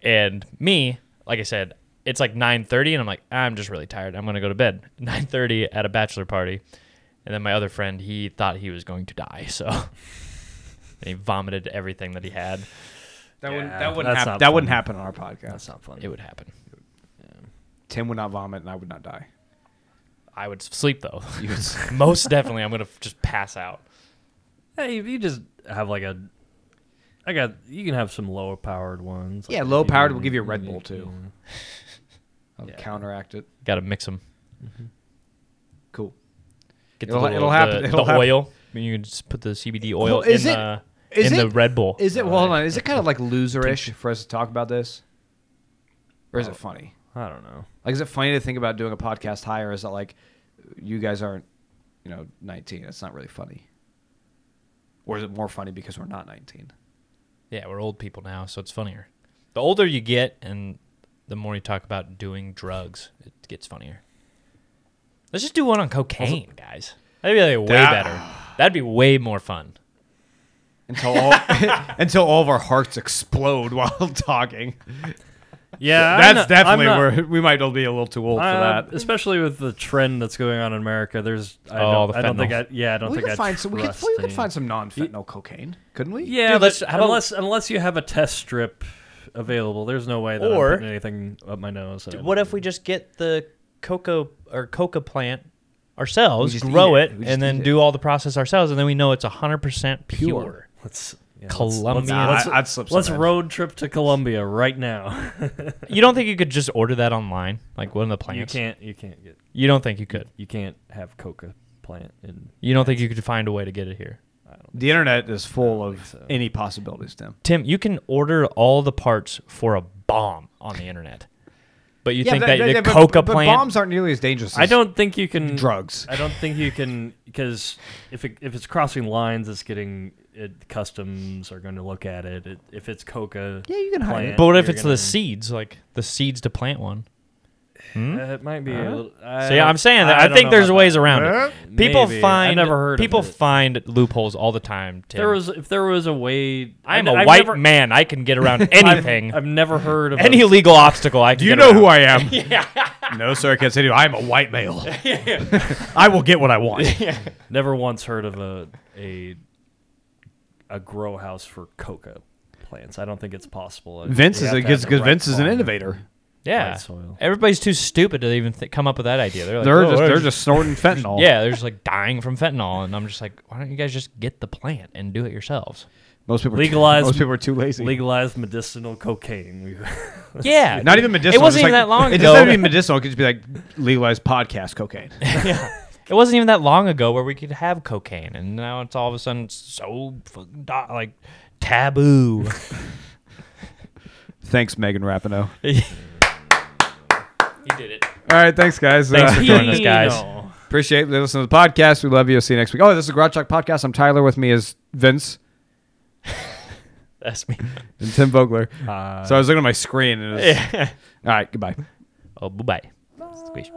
and me like I said it's like 9:30 and I'm like I'm just really tired I'm gonna go to bed 9:30 at a bachelor party. And then my other friend, he thought he was going to die, so and he vomited everything that he had. that wouldn't- that wouldn't that's hap- not that that wouldn't wouldn't fun. happen on our podcast That's not funny. It would happen. Tim would not vomit and I would not die I would s- sleep though. Most definitely, I'm gonna f- just pass out. Hey, if you just have like a, I got you can have some lower powered ones. Yeah, like low if you powered will want- give you a Red Bull too. I'll counteract it. Got to mix them. Cool. Get It'll- the, little, it'll the- happen- The, it'll happen. oil. I mean, you can just put the CBD Well, oil is in it- the is in the it- Red Bull. Uh, Is it? Well, hold on. Is it kind of like loserish for us to talk about this, or Oh. is it funny? I don't know. Like, is it funny to think about doing a podcast higher? Is it like you guys aren't, you know, nineteen? It's not really funny. Or is it more funny because we're not nineteen? yeah, we're old people now, so it's funnier. The older you get, and the more you talk about doing drugs, it gets funnier. Let's just do one on cocaine, guys. That'd be like way better. That'd be way more fun. Until all until all of our hearts explode while talking. Yeah, That's definitely where we might all be a little too old Uh, for that. especially with the trend that's going on in America, there's I, Oh, don't, the I don't think fentanyl. I yeah I don't We think could I find some. We could, trust we could any- find some non-fentanyl cocaine, couldn't we? yeah Dude, let's- but how about- unless unless you have a test strip available, there's no way that Or- I'm putting anything up my nose. I What don't if we just get the coca or coca plant ourselves, We just grow eat it, it. We just and then eat it. do all the process ourselves, and then we know it's hundred percent pure. Pure. know. let's yeah, Colombian. Let's, let's, Nah, I- I'd slip let's sometimes. road trip to Colombia right now. You don't think you could just order that online, like one of the you plants? can't you can't get You don't think you could? you can't have coca plant in You don't think you could find a way to get it here? The internet is full of so. any possibilities, Tim. Tim, you can order all the parts for a bomb on the internet, but you think that, the coca plant? bombs aren't nearly as dangerous. I don't think you can drugs. I don't think you can because if it, if it's crossing lines, it's getting it, customs are going to look at it. it. If it's coca, Yeah, you can hide it. plant, but what if you're it's gonna- the seeds, like the seeds to plant one? It might be. a little, Uh, I So yeah, don't- I'm saying that. I, don't think know there's about ways that. around it. People Maybe. I find never heard of people it. find loopholes all the time. Tim. If there was if there was a way. I'm a a white man. I can get around anything. I've, I've never heard of any A, legal obstacle I can. Do you know who I am? No, sir, I can't say to you. I'm a white male. I will get what I want. never once heard of a a a grow house for coca plants. I don't think it's possible. Vince We is have a, to have because the because right Vince is an farm. innovator. Yeah. White soil. Everybody's too stupid to even th- come up with that idea. They're like, They're "Oh, just we're they're just snorting fentanyl. yeah, they're just like dying from fentanyl, and I'm just like, why don't you guys just get the plant and do it yourselves? most people are too- Legalize- most people are too lazy. Legalized medicinal cocaine. We- Yeah, Not even medicinal. It wasn't just even like- that long It ago. doesn't even medicinal. It could just be like legalized podcast cocaine. It wasn't even that long ago where we could have cocaine, and now it's all of a sudden so fucking do- like taboo. Thanks, Megan Rapinoe. All he did it. right, thanks guys. Thanks Uh, for joining us, guys. Pino. Appreciate listening to the podcast. We love you. See you next week. Oh, this is the Garage Talk podcast. I'm Tyler. With me is Vince That's me. and Tim Vogler. so I was looking at my screen. And it was, All right, goodbye. Oh, bye bye. Squish.